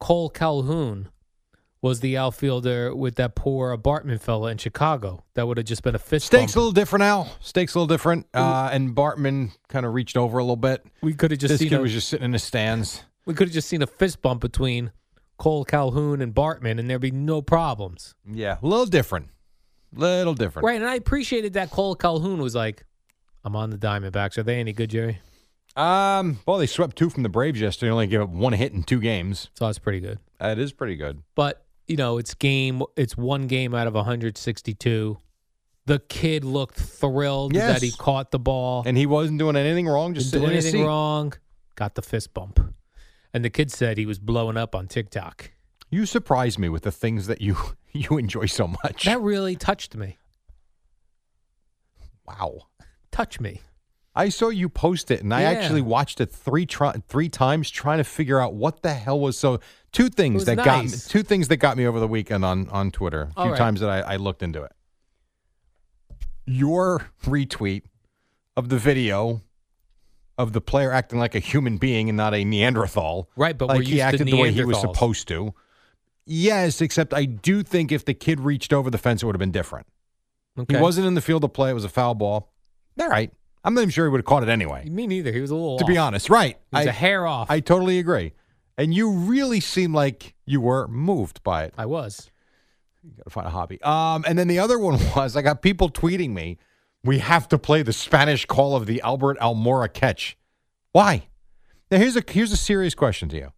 B: Cole Calhoun was the outfielder with that poor apartment fella in Chicago, that would have just been a fist
A: Stakes
B: bump.
A: a little different, Al. Stakes a little different. Uh, and Bartman kind of reached over a little bit.
B: We could have just
A: this
B: seen
A: kid
B: a-
A: was just sitting in the stands.
B: we could have just seen a fist bump between Cole Calhoun and Bartman, and there'd be no problems.
A: Yeah, a little different. Little different.
B: Right, and I appreciated that Cole Calhoun was like, "I'm on the Diamondbacks. Are they any good, Jerry?"
A: Um. Well, they swept two from the Braves yesterday. Only gave up one hit in two games.
B: So that's pretty good.
A: That is pretty good.
B: But you know, it's game. It's one game out of 162. The kid looked thrilled
A: Yes.
B: that he caught the ball.
A: And he wasn't doing anything wrong. Just
B: Didn't do
A: sitting in his
B: anything
A: seat.
B: wrong. Got the fist bump, and the kid said he was blowing up on TikTok.
A: You surprise me with the things that you [laughs] you enjoy so much.
B: That really touched me.
A: wow.
B: Touched me.
A: I saw you post it, and I
B: Yeah.
A: actually watched it three try, three times, trying to figure out what the hell was so. Two
B: was
A: things that got me,
B: nice.
A: two things that got me over the weekend on on Twitter. A
B: All
A: few
B: right.
A: times that I, I looked into it. Your retweet of the video of the player acting like a human being and not a Neanderthal.
B: Right, but
A: like
B: we're
A: he
B: used to
A: acted the way he was
B: Neanderthals.
A: supposed to. Yes, except I do think if the kid reached over the fence, it would have been different.
B: Okay.
A: He wasn't in the field of play. It was a foul ball. All right. I'm not even sure he would have caught it anyway,
B: Me neither. He was a little
A: to be
B: off.
A: honest. Right.
B: He was a
A: I-
B: hair off.
A: I totally agree. And you really seem like you were moved by it.
B: I was.
A: Gotta find a hobby. Um, and then the other one [laughs] was I got people tweeting me, we have to play the Spanish call of the Albert Almora catch. Why? Now here's a here's a serious question to you.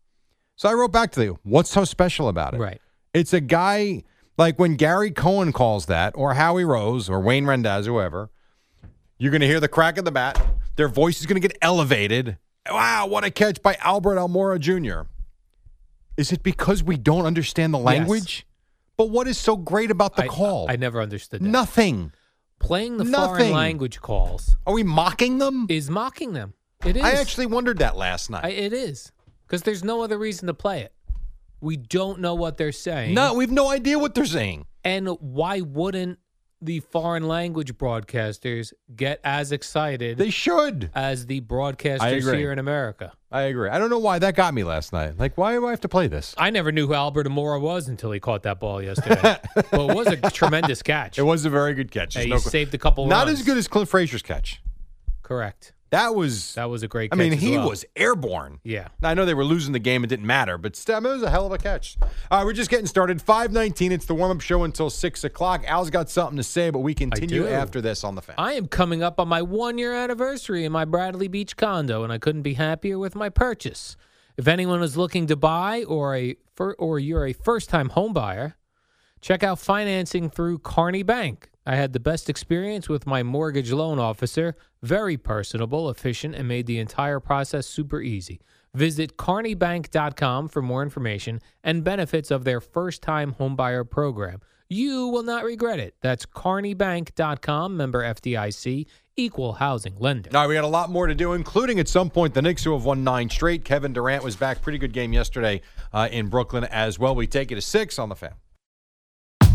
A: So I wrote back to you, what's so special about it?
B: Right.
A: It's a guy like when Gary Cohen calls that, or Howie Rose, or Wayne Rendaz, whoever. You're going to hear the crack of the bat. Their voice is going to get elevated. Wow, what a catch by Albert Almora Jr. Is it because we don't understand the language? But what is so great about the
B: I-
A: call?
B: I, never understood that.
A: Nothing.
B: Playing the foreign
A: nothing.
B: language calls
A: Are we mocking them?
B: is mocking them. It is.
A: I actually wondered that last night.
B: I, it is because there's no other reason to play it. We don't know what they're saying.
A: no, we have no idea what they're saying.
B: And why wouldn't the foreign language broadcasters get as excited
A: They should.
B: as the
A: I
B: broadcasters
A: agree.
B: here in America?
A: I agree. I don't know why that got me last night. Like, why do I have to play this?
B: I never knew who Albert Amora was until he caught that ball
A: [laughs]
B: yesterday. well, it was a tremendous catch.
A: It was a very good catch.
B: Hey,
A: There's
B: he
A: no que-
B: saved a couple.
A: Not
B: runs.
A: as good as Cliff Frazier's catch.
B: Correct.
A: That was.
B: That was a great.
A: I
B: catch
A: mean,
B: as
A: he
B: well.
A: was airborne.
B: Yeah.
A: Now, I know they were losing the game; it didn't matter, but still, I mean, it was a hell of a catch. All right, we're just getting started. Five nineteen. It's the warm-up show until six o'clock. Al's got something to say, but we continue
B: do.
A: after this on the fan.
B: I am coming up on my one year anniversary in my Bradley Beach condo, and I couldn't be happier with my purchase. If anyone is looking to buy or a fir- or you're a first time home buyer, check out financing through Carney Bank. I had the best experience with my mortgage loan officer, very personable, efficient, and made the entire process super easy. Visit carneybank.com for more information and benefits of their first time homebuyer program. You will not regret it. That's carneybank.com, member FDIC, equal housing lender.
A: All right, we got a lot more to do, including at some point the Knicks who have won nine straight. Kevin Durant was back. Pretty good game yesterday uh, in Brooklyn as well. We take it to six on the fan.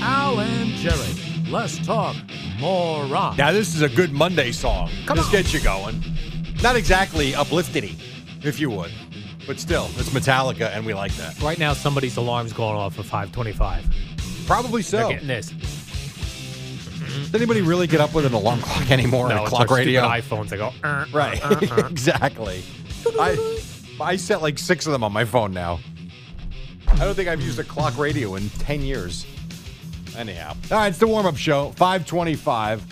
E: Al and Jerry. Less talk, more rock.
A: Now this is a good Monday song. this gets you going. Not exactly upliftedy, if you would, but still, it's Metallica, and we like that.
B: Right now, somebody's alarm's going off at 525.
A: Probably
B: They're
A: so.
B: getting this.
A: Does anybody really get up with an alarm clock anymore? and
B: No,
A: a
B: it's
A: clock
B: our
A: radio.
B: stupid iPhones. I go, "Er, er,
A: Right.
B: er, er."
A: [laughs] exactly. I I set like six of them on my phone now. I don't think I've used a clock radio in ten years. Anyhow. All right, it's the warm-up show, 525.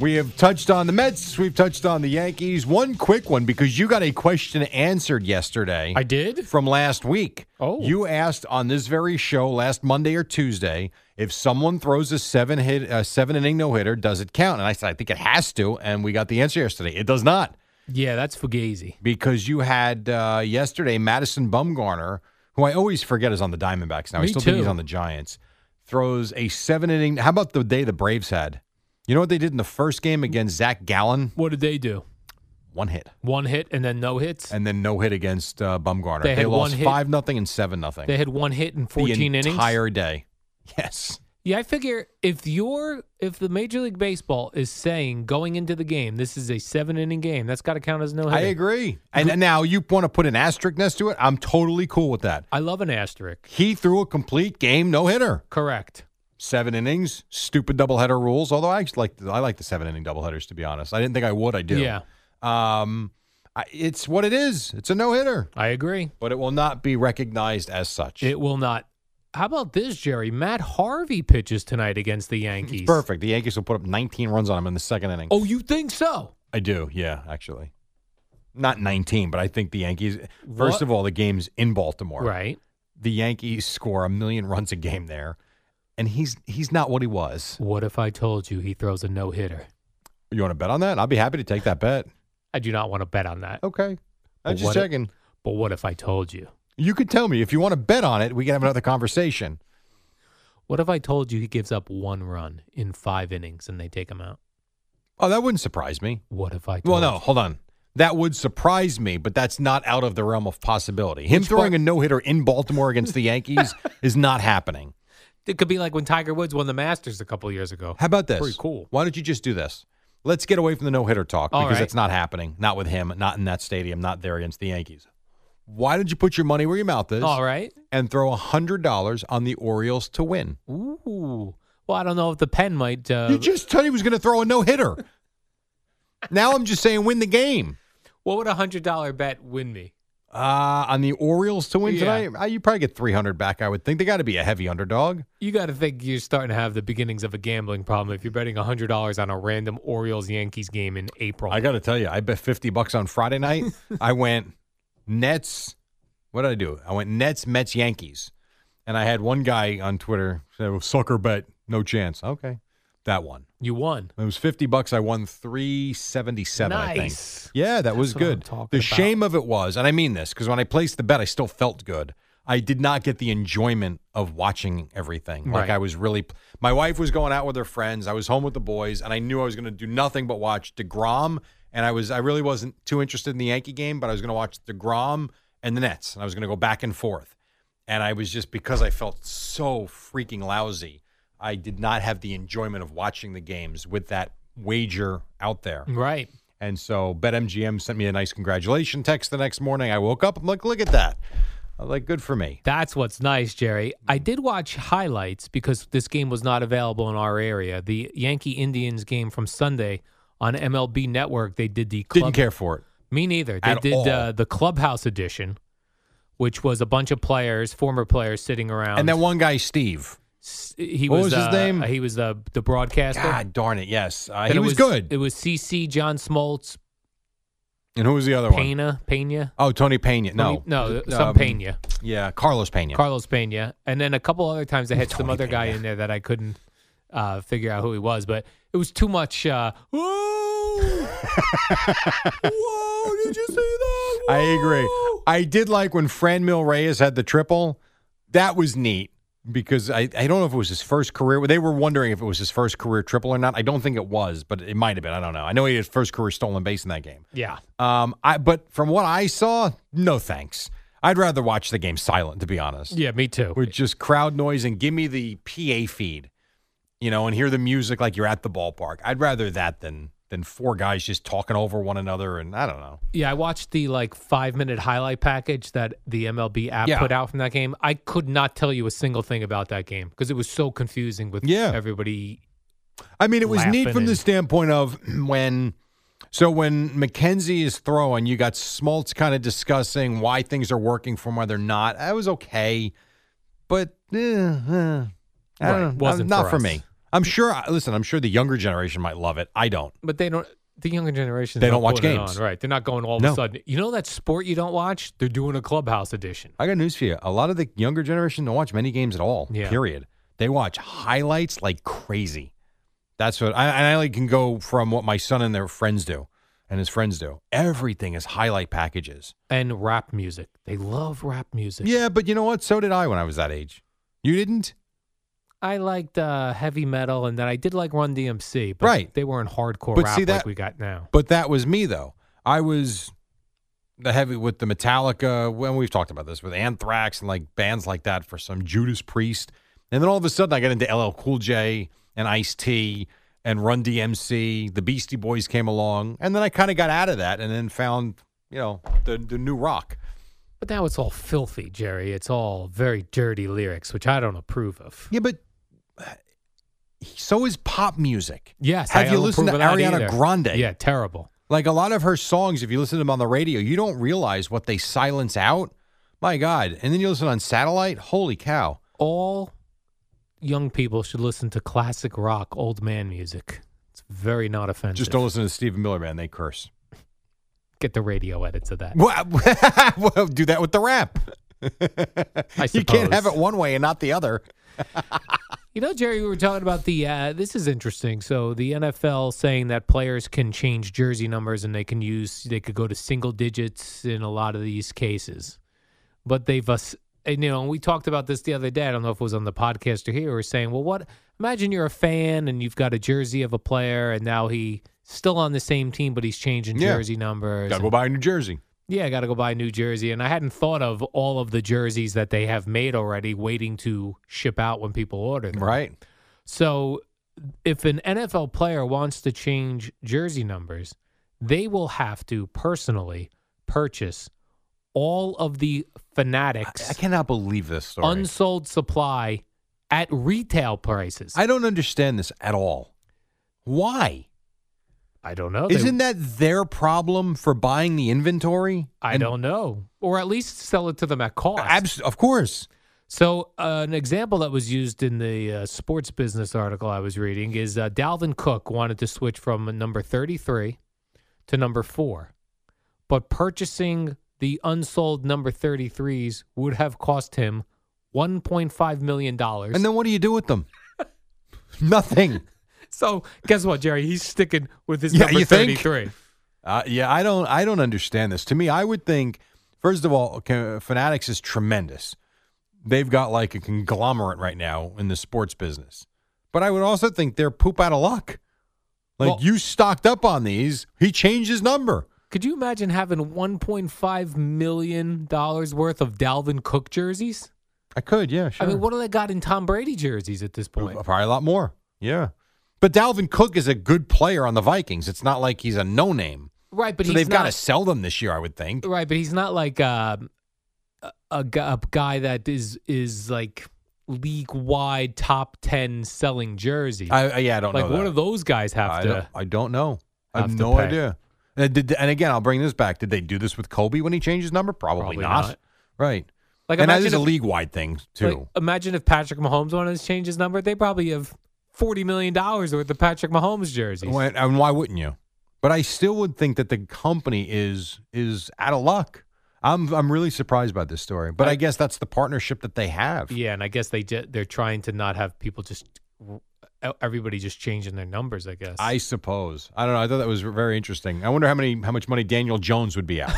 A: We have touched on the Mets, we've touched on the Yankees. One quick one because you got a question answered yesterday
B: I did?
A: from last week.
B: Oh.
A: you asked on this very show last Monday or Tuesday if someone throws a seven hit, a seven inning no hitter, does it count? And I said I think it has to, and we got the answer yesterday. It does not
B: Yeah, that's Fugazi.
A: because you had uh, yesterday Madison Bumgarner, who I always forget is on the Diamondbacks now. I
B: Me
A: still think he's
B: too.
A: on the Giants. Throws a seven inning. How about the day the Braves had? You know what they did in the first game against Zach Gallen?
B: What did they do?
A: One hit,
B: One hit and then no hits?
A: and then no hit against uh, Bumgarner.
B: They had one
A: lost
B: hit.
A: five nothing and seven nothing.
B: They had one hit in 14
A: the
B: innings.
A: entire day. Yes.
B: Yeah, I figure if you're if the Major League Baseball is saying going into the game, this is a seven inning game, that's got to count as no hitter.
A: I agree. And now you want to put an asterisk next to it? I'm totally cool with that.
B: I love an asterisk.
A: He threw a complete game no hitter.
B: Correct.
A: Seven innings, stupid doubleheader rules. Although I actually like the, I like the seven inning doubleheaders to be honest. I didn't think I would. I do.
B: Yeah,
A: Um, I, it's what it is. It's a no hitter,
B: I agree.
A: but it will not be recognized as such.
B: It will not. How about this, Jerry? Matt Harvey pitches tonight against the Yankees.
A: it's perfect. The Yankees will put up 19 runs on him in the second inning.
B: Oh, you think so?
A: I do. Yeah, actually. Not 19, but I think the Yankees. First
B: What?
A: of all, the game's in Baltimore.
B: Right.
A: the Yankees score a million runs a game there, and he's he's not what he was.
B: What if I told you he throws a no hitter?
A: You want to bet on that? I'll be happy to take that bet.
B: I do not want to bet on that.
A: Okay, I'm
B: But
A: just
B: what if-
A: checking.
B: But what if I told you
A: You could tell me if you want to bet on it. We can have another conversation.
B: What if I told you he gives up one run in five innings and they take him out?
A: Oh, that wouldn't surprise me.
B: What if I?
A: Well,
B: Told
A: no, hold on. That would surprise me, but that's not out of the realm of possibility. Him throwing a no hitter in Baltimore [laughs] against the Yankees is not happening.
B: It could be like when Tiger Woods won the Masters a couple years ago.
A: How about this?
B: Pretty cool.
A: Why don't you just do this? Let's get away from the no hitter talk
B: All
A: because
B: right.
A: it's not happening. Not with him, not in that stadium, not there against the Yankees. Why don't you put your money where your mouth is
B: All right.
A: and throw $100 on the Orioles to win?
B: Ooh. Well, I don't know if the pen might. Uh,
A: you just said he was going to throw a no hitter. [laughs] now I'm just saying win the game.
B: what would a hundred dollar bet win me?
A: Uh, on the Orioles to win
B: Yeah.
A: tonight, uh, you probably get 300 back, I would think. They got to be a heavy underdog.
B: You got to think you're starting to have the beginnings of a gambling problem if you're betting hundred dollars on a random Orioles Yankees game in April.
A: I got to tell you, I bet 50 bucks on Friday night. I went Nets. What did I do? I went Nets, Mets, Yankees. And I had one guy on Twitter say, "Well, sucker bet, no chance. Okay. That one.
B: you won.
A: It was 50 bucks. I won 377, I think.
B: Nice.
A: Yeah, that was
B: what I'm
A: good. The
B: talking about.
A: shame of it was, and I mean this because when I placed the bet, I still felt good. I did not get the enjoyment of watching everything. Like
B: Right.
A: I was really, my wife was going out with her friends. I was home with the boys, and I knew I was going to do nothing but watch Degrom. And I was, I really wasn't too interested in the Yankee game, but I was going to watch Degrom and the Nets, and I was going to go back and forth. And I was just because I felt so freaking lousy, I did not have the enjoyment of watching the games with that wager out there.
B: Right.
A: And so BetMGM sent me a nice congratulation text the next morning. I woke up. I'm like, look at that. I'm like, good for me.
B: That's what's nice, Jerry.
A: Mm.
B: I did watch highlights because this game was not available in our area. The Yankee Indians game from Sunday on MLB Network, they did the club.
A: Didn't care for it.
B: Me neither. They
A: At
B: did Uh,
A: all.
B: the clubhouse edition, which was a bunch of players, former players, sitting around.
A: And then one guy, Steve.
B: S- he
A: what
B: was,
A: was his
B: uh,
A: name?
B: He was the the broadcaster.
A: God darn it. Yes. Uh,
B: Then
A: he
B: it
A: was, good.
B: It was CC, John Smoltz,
A: and who was the other one?
B: Pena, Pena.
A: Oh, Tony Pena. No.
B: no, some
A: Um,
B: Pena,
A: Yeah. Carlos Pena.
B: Carlos Pena, and then a couple other times they had some
A: Tony
B: other guy
A: Pena.
B: in there that I couldn't uh, figure out who he was, but it was too much.
A: [laughs]
B: Uh, Whoa! Whoa! Did you see that?
A: [laughs] I agree.
B: Whoa!"
A: I did like when Fran Mil Reyes had the triple. That was neat because I, I don't know if it was his first career. They were wondering if it was his first career triple or not. I don't think it was, but it might have been. I don't know. I know he had his first career stolen base in that game.
B: Yeah,
A: Um, I but from what I saw, no thanks. I'd rather watch the game silent, to be honest,
B: yeah, me too.
A: with just crowd noise and give me the PA feed, you know, and hear the music like you're at the ballpark. I'd rather that than than four guys just talking over one another and I don't know.
B: Yeah, I watched the like five minute highlight package that the MLB app
A: Yeah.
B: put out from that game. I could not tell you a single thing about that game because it was so confusing with
A: Yeah.
B: everybody.
A: I mean, it was neat
B: Laughing
A: from the
B: and-
A: standpoint of [clears throat] when. So when McKenzie is throwing, you got Smoltz kind of discussing why things are working for him, why they're not. That was okay, but eh, eh, I
B: Right.
A: don't know.
B: Wasn't
A: not
B: for
A: for
B: us.
A: me. I'm sure. Listen, I'm sure the younger generation might love it. I don't.
B: But they don't. The younger generation
A: They don't watch games.
B: right? They're not going all of
A: No.
B: a sudden. You know that sport you don't watch? They're doing a clubhouse edition.
A: I got news for you. A lot of the younger generation don't watch many games at all.
B: Yeah.
A: Period. They watch highlights like crazy. That's what I, and I like can go from what my son and their friends do, and his friends do. Everything is highlight packages.
B: And rap music. They love rap music.
A: Yeah, but you know what? So did I when I was that age. You didn't?
B: I liked uh, heavy metal, and then I did like Run DMC. But
A: Right.
B: They weren't hardcore
A: But
B: rap
A: see that-
B: like we got now.
A: But that was me though. I was the heavy with the Metallica. When we've talked about this with Anthrax and like bands like that for some Judas Priest, and then all of a sudden I got into LL Cool J and Ice T and Run DMC. The Beastie Boys came along, and then I kind of got out of that, and then found you know the the new rock.
B: But now it's all filthy, Jerry. It's all very dirty lyrics, which I don't approve of.
A: Yeah, but uh, so is pop music.
B: Yes. I
A: Have you
B: don't
A: listened to
B: approve of that
A: Ariana
B: either.
A: Grande?
B: Yeah, terrible.
A: Like a lot of her songs, if you listen to them on the radio, you don't realize what they silence out. My God. And then you listen on satellite. Holy cow.
B: all young people should listen to classic rock, old man music. It's very not offensive.
A: Just don't listen to Stephen Miller, man. They curse. [laughs]
B: get the radio edits of that.
A: Well, well, do that with the rap. you can't have it
B: suppose.
A: one way and not the other.
B: You know, Jerry, we were talking about the. Uh, this is interesting. So the NFL saying that players can change jersey numbers and they can use they could go to single digits in a lot of these cases. but they've us. You know, and we talked about this the other day. I don't know if it was on the podcast or here. We are saying, well, what? Imagine you're a fan and you've got a jersey of a player, and now he still on the same team, but he's changing
A: Yeah.
B: jersey numbers.
A: Got to
B: and-
A: go buy New Jersey.
B: yeah, I got to go buy a new jersey. And I hadn't thought of all of the jerseys that they have made already waiting to ship out when people order them.
A: Right.
B: So if an NFL player wants to change jersey numbers, they will have to personally purchase all of the Fanatics
A: I cannot believe this story.
B: unsold supply at retail prices.
A: I don't understand this at all. Why?
B: I don't know. They-
A: Isn't that their problem for buying the inventory?
B: I
A: And-
B: don't know. Or at least sell it to them at cost.
A: Abs- of course.
B: So, uh, an example that was used in the uh, sports business article I was reading is uh, Dalvin Cook wanted to switch from number 33 to number four, but purchasing the unsold number 33s would have cost him $1.5 million.
A: And then what do you do with them? [laughs] Nothing.
B: [laughs] so, guess what, Jerry? He's sticking with his
A: Yeah,
B: number
A: you think?
B: 33.
A: Uh, yeah, I don't. I don't understand this. To me, I would think first of all, okay, Fanatics is tremendous. They've got like a conglomerate right now in the sports business, but I would also think they're poop out of luck. Like
B: Well-
A: you stocked up on these. He changed his number.
B: Could you imagine having $1.5 million worth of Dalvin Cook jerseys?
A: I could, yeah, sure. uh,
B: I mean, what do they got in Tom Brady jerseys at this point?
A: Probably a lot more. Yeah, but Dalvin Cook is a good player on the Vikings. It's not like he's a no name.
B: Right, but
A: So
B: he's
A: they've got
B: not-
A: to sell them this year, I would think.
B: Right, but he's not like uh, a, a gu- a guy that is is like league wide top ten selling jersey.
A: I, I- yeah, I don't
B: like
A: know.
B: what
A: that.
B: do those guys have
A: I
B: to?
A: Don't, I don't know. I
B: have
A: have
B: to
A: no
B: pay.
A: idea. And, did, and again, I'll bring this back. Did they do this with Kobe when he changed his number? Probably,
B: Probably
A: not.
B: not.
A: Right.
B: Like
A: and that is a
B: if-
A: league wide thing too.
B: like, imagine if Patrick Mahomes wanted to change his number, they probably have forty million dollars worth of Patrick Mahomes jerseys.
A: Why- and why wouldn't you? But I still would think that the company is is out of luck. I'm I'm really surprised by this story. But I, guess that's the partnership that they have.
B: Yeah, and I guess they ju- they're trying to not have people just e, everybody just changing their numbers. I guess
A: I suppose. I don't know. I thought that was very interesting. I wonder how many how much money Daniel Jones would be
B: [laughs]
A: out.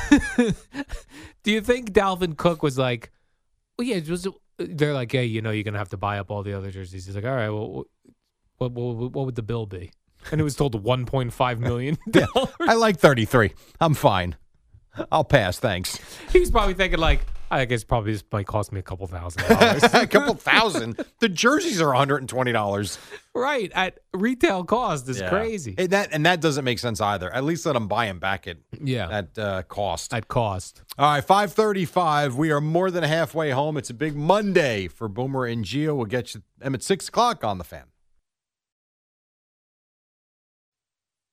B: Do you think Dalvin Cook was like, well, yeah, it was, they're like, hey, you know, you're going to have to buy up all the other jerseys. He's like, all right, well, wh- what, what, what would the bill be? And it was told $1.5 [laughs] million.
A: I like 33. I'm fine. I'll pass. Thanks.
B: he was probably thinking, like, I guess probably this might cost me a couple thousand dollars. [laughs]
A: [laughs] a couple thousand. The jerseys are one hundred and twenty dollars.
B: right. At retail cost is crazy.
A: And that and that doesn't make sense either. At least let them buy them back at
B: yeah. At,
A: at uh, cost.
B: cost.
A: All right, five thirty-five. We are more than halfway home. It's a big Monday for Boomer and Geo. We'll get you them at six o'clock on the fan.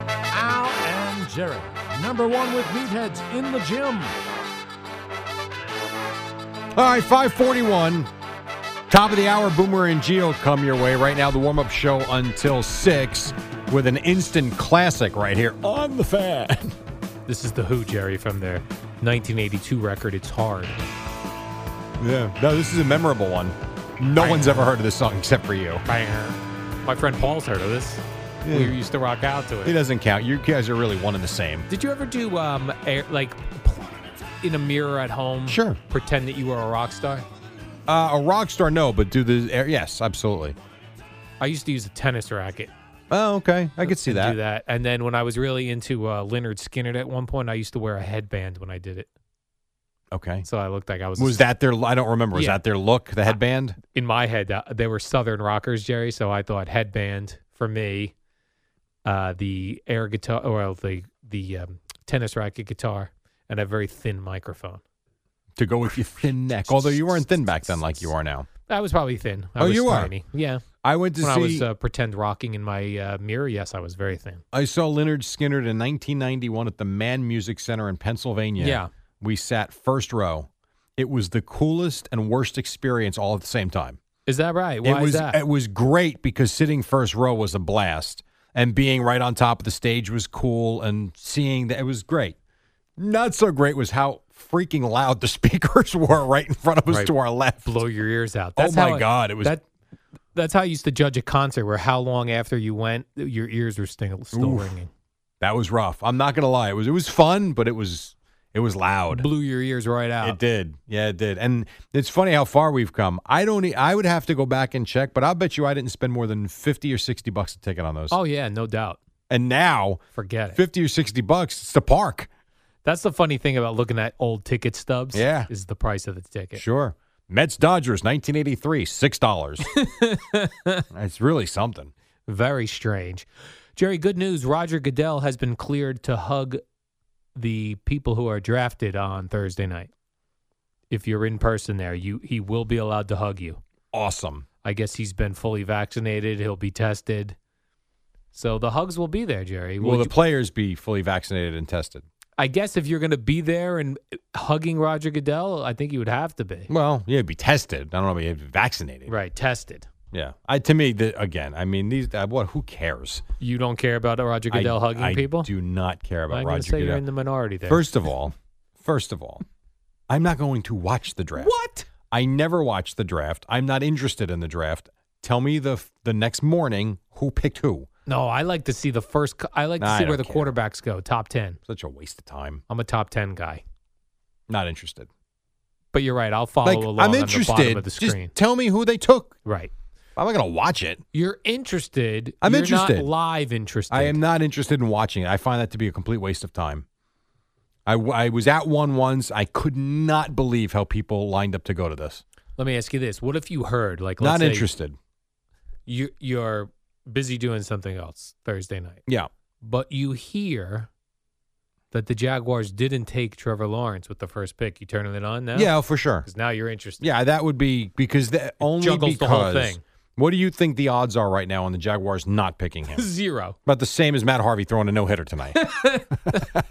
E: Al and Jerry, number one with meatheads in the gym.
A: All right, five forty-one. Top of the hour, Boomer and Geo come your way right now. The warm-up show until six with an instant classic right here on the fan.
B: This is The Who, Jerry, from their 1982 record, It's Hard.
A: Yeah, no, this is a memorable one. No one's ever heard of this song except for you.
B: My friend Paul's heard of this. We used to rock out to it.
A: It doesn't count. You guys are really one and the same.
B: Did you ever do um air, like pl- in a mirror at home?
A: Sure.
B: Pretend that you were a rock star.
A: Uh, a rock star, no, but do the air. Yes, absolutely.
B: I used to use a tennis racket.
A: Oh, okay. I could see
B: and
A: that.
B: Do that. And then when I was really into uh, Leonard Skinner at one point, I used to wear a headband when I did it,
A: Okay.
B: so I looked like I was.
A: Was that their? I don't remember. Was
B: Yeah.
A: that their look? The headband?
B: in my head? Uh, they were Southern rockers, Jerry. So I thought headband for me, uh, the air guitar or the the um, tennis racket guitar, and a very thin microphone.
A: To go with your [laughs] thin neck. Although you weren't thin back then, like you are now.
B: I was probably thin. I
A: Oh,
B: was
A: you are?
B: tiny. Yeah.
A: I went to
B: when
A: see.
B: I was uh, pretend rocking in my uh, mirror, yes, I was very thin.
A: I saw Leonard Skinner in 1991 at the Mann Music Center in Pennsylvania.
B: Yeah.
A: We sat first row. It was the coolest and worst experience all at the same time.
B: Is that right? Why
A: it was
B: is that?
A: it was great because sitting first row was a blast, and being right on top of the stage was cool, and seeing that it was great. Not so great was how freaking loud the [laughs] speakers were right in front of us
B: Right.
A: to our left.
B: Blow your ears out.
A: Oh
B: That's
A: my
B: how I-
A: God, it was-
B: that. That's how I used to judge a concert, where how long after you went, your ears were still, still
A: Oof.
B: ringing.
A: That was rough. I'm not gonna lie. It was it was fun, but it was It was loud.
B: Blew your ears right out.
A: It did. Yeah, it did. And it's funny how far we've come. I don't. e- I would have to go back and check, but I'll bet you I didn't spend more than fifty or sixty bucks a ticket on those.
B: Oh yeah, no doubt.
A: And now,
B: Forget it.
A: fifty or sixty bucks, it's the park.
B: That's the funny thing about looking at old ticket stubs.
A: Yeah.
B: Is the price of the ticket.
A: Sure. Mets Dodgers, nineteen eighty three, six dollars.
B: [laughs]
A: It's really something.
B: Very strange. Jerry, good news. Roger Goodell has been cleared to hug the people who are drafted on Thursday night. If you're in person there, you he will be allowed to hug you.
A: Awesome.
B: I guess he's been fully vaccinated. He'll be tested. So the hugs will be there, Jerry.
A: Will
B: Will
A: the
B: you-
A: players be fully vaccinated and tested?
B: I guess if you're going to be there and hugging Roger Goodell, I think you would have to be.
A: Well, yeah, be tested. I don't know, about you'd be vaccinated.
B: Right, tested.
A: Yeah. I to me, the, again, I mean, these. Uh, what? Who cares?
B: You don't care about Roger Goodell
A: I,
B: hugging
A: I
B: people?
A: Do not care about
B: I'm going to
A: Roger
B: say you're
A: Goodell.
B: in the minority there.
A: First of all, first of all, I'm not going to watch the draft.
B: what?
A: I never watch the draft. I'm not interested in the draft. Tell me the the next morning who picked who.
B: No, I like to see the first. c- I like to
A: Nah, I
B: see where the
A: don't care.
B: quarterbacks go. Top ten.
A: Such a waste of time.
B: I'm a top ten guy.
A: Not interested.
B: But you're right. I'll follow
A: like
B: along.
A: I'm
B: On the
A: interested.
B: bottom of the
A: Just
B: screen.
A: tell me who they took.
B: right.
A: I'm not going to watch it.
B: You're interested.
A: I'm
B: You're
A: interested.
B: Not live interested.
A: I am not interested in watching it. I find that to be a complete waste of time. I, w- I was at one once. I could not believe how people lined up to go to this.
B: Let me ask you this: What if you heard like let's
A: Not
B: say
A: interested.
B: You you're busy doing something else Thursday night,
A: Yeah.
B: but you hear that the Jaguars didn't take Trevor Lawrence with the first pick. You turning it on now?
A: Yeah, for sure.
B: Because now you're interested.
A: Yeah, that would be because that only
B: juggles
A: because.
B: the whole thing.
A: What do you think the odds are right now on the Jaguars not
B: [laughs]
A: picking him?
B: Zero.
A: About the same as Matt Harvey throwing a no hitter tonight.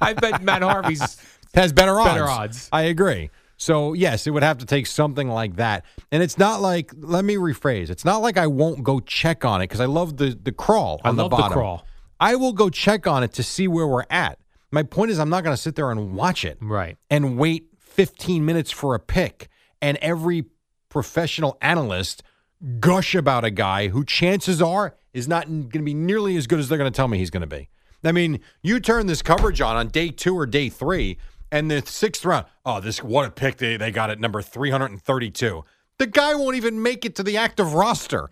B: I bet Matt
A: [laughs]
B: Harvey's
A: Has better odds.
B: Better odds.
A: I agree. So yes, it would have to take something like that. And it's not like let me rephrase. It's not like I won't go check on it because I love the the crawl
B: I
A: on
B: love
A: the
B: the
A: bottom.
B: crawl.
A: I will go check on it to see where we're at. My point is I'm not going to sit there and watch it
B: right.
A: and wait 15 minutes for a pick and every professional analyst gush about a guy who chances are is not going to be nearly as good as they're going to tell me he's going to be. I mean, you turn this coverage on on day 2 or day 3 and the 6th round, oh, this what a pick they they got at number 332. The guy won't even make it to the active roster.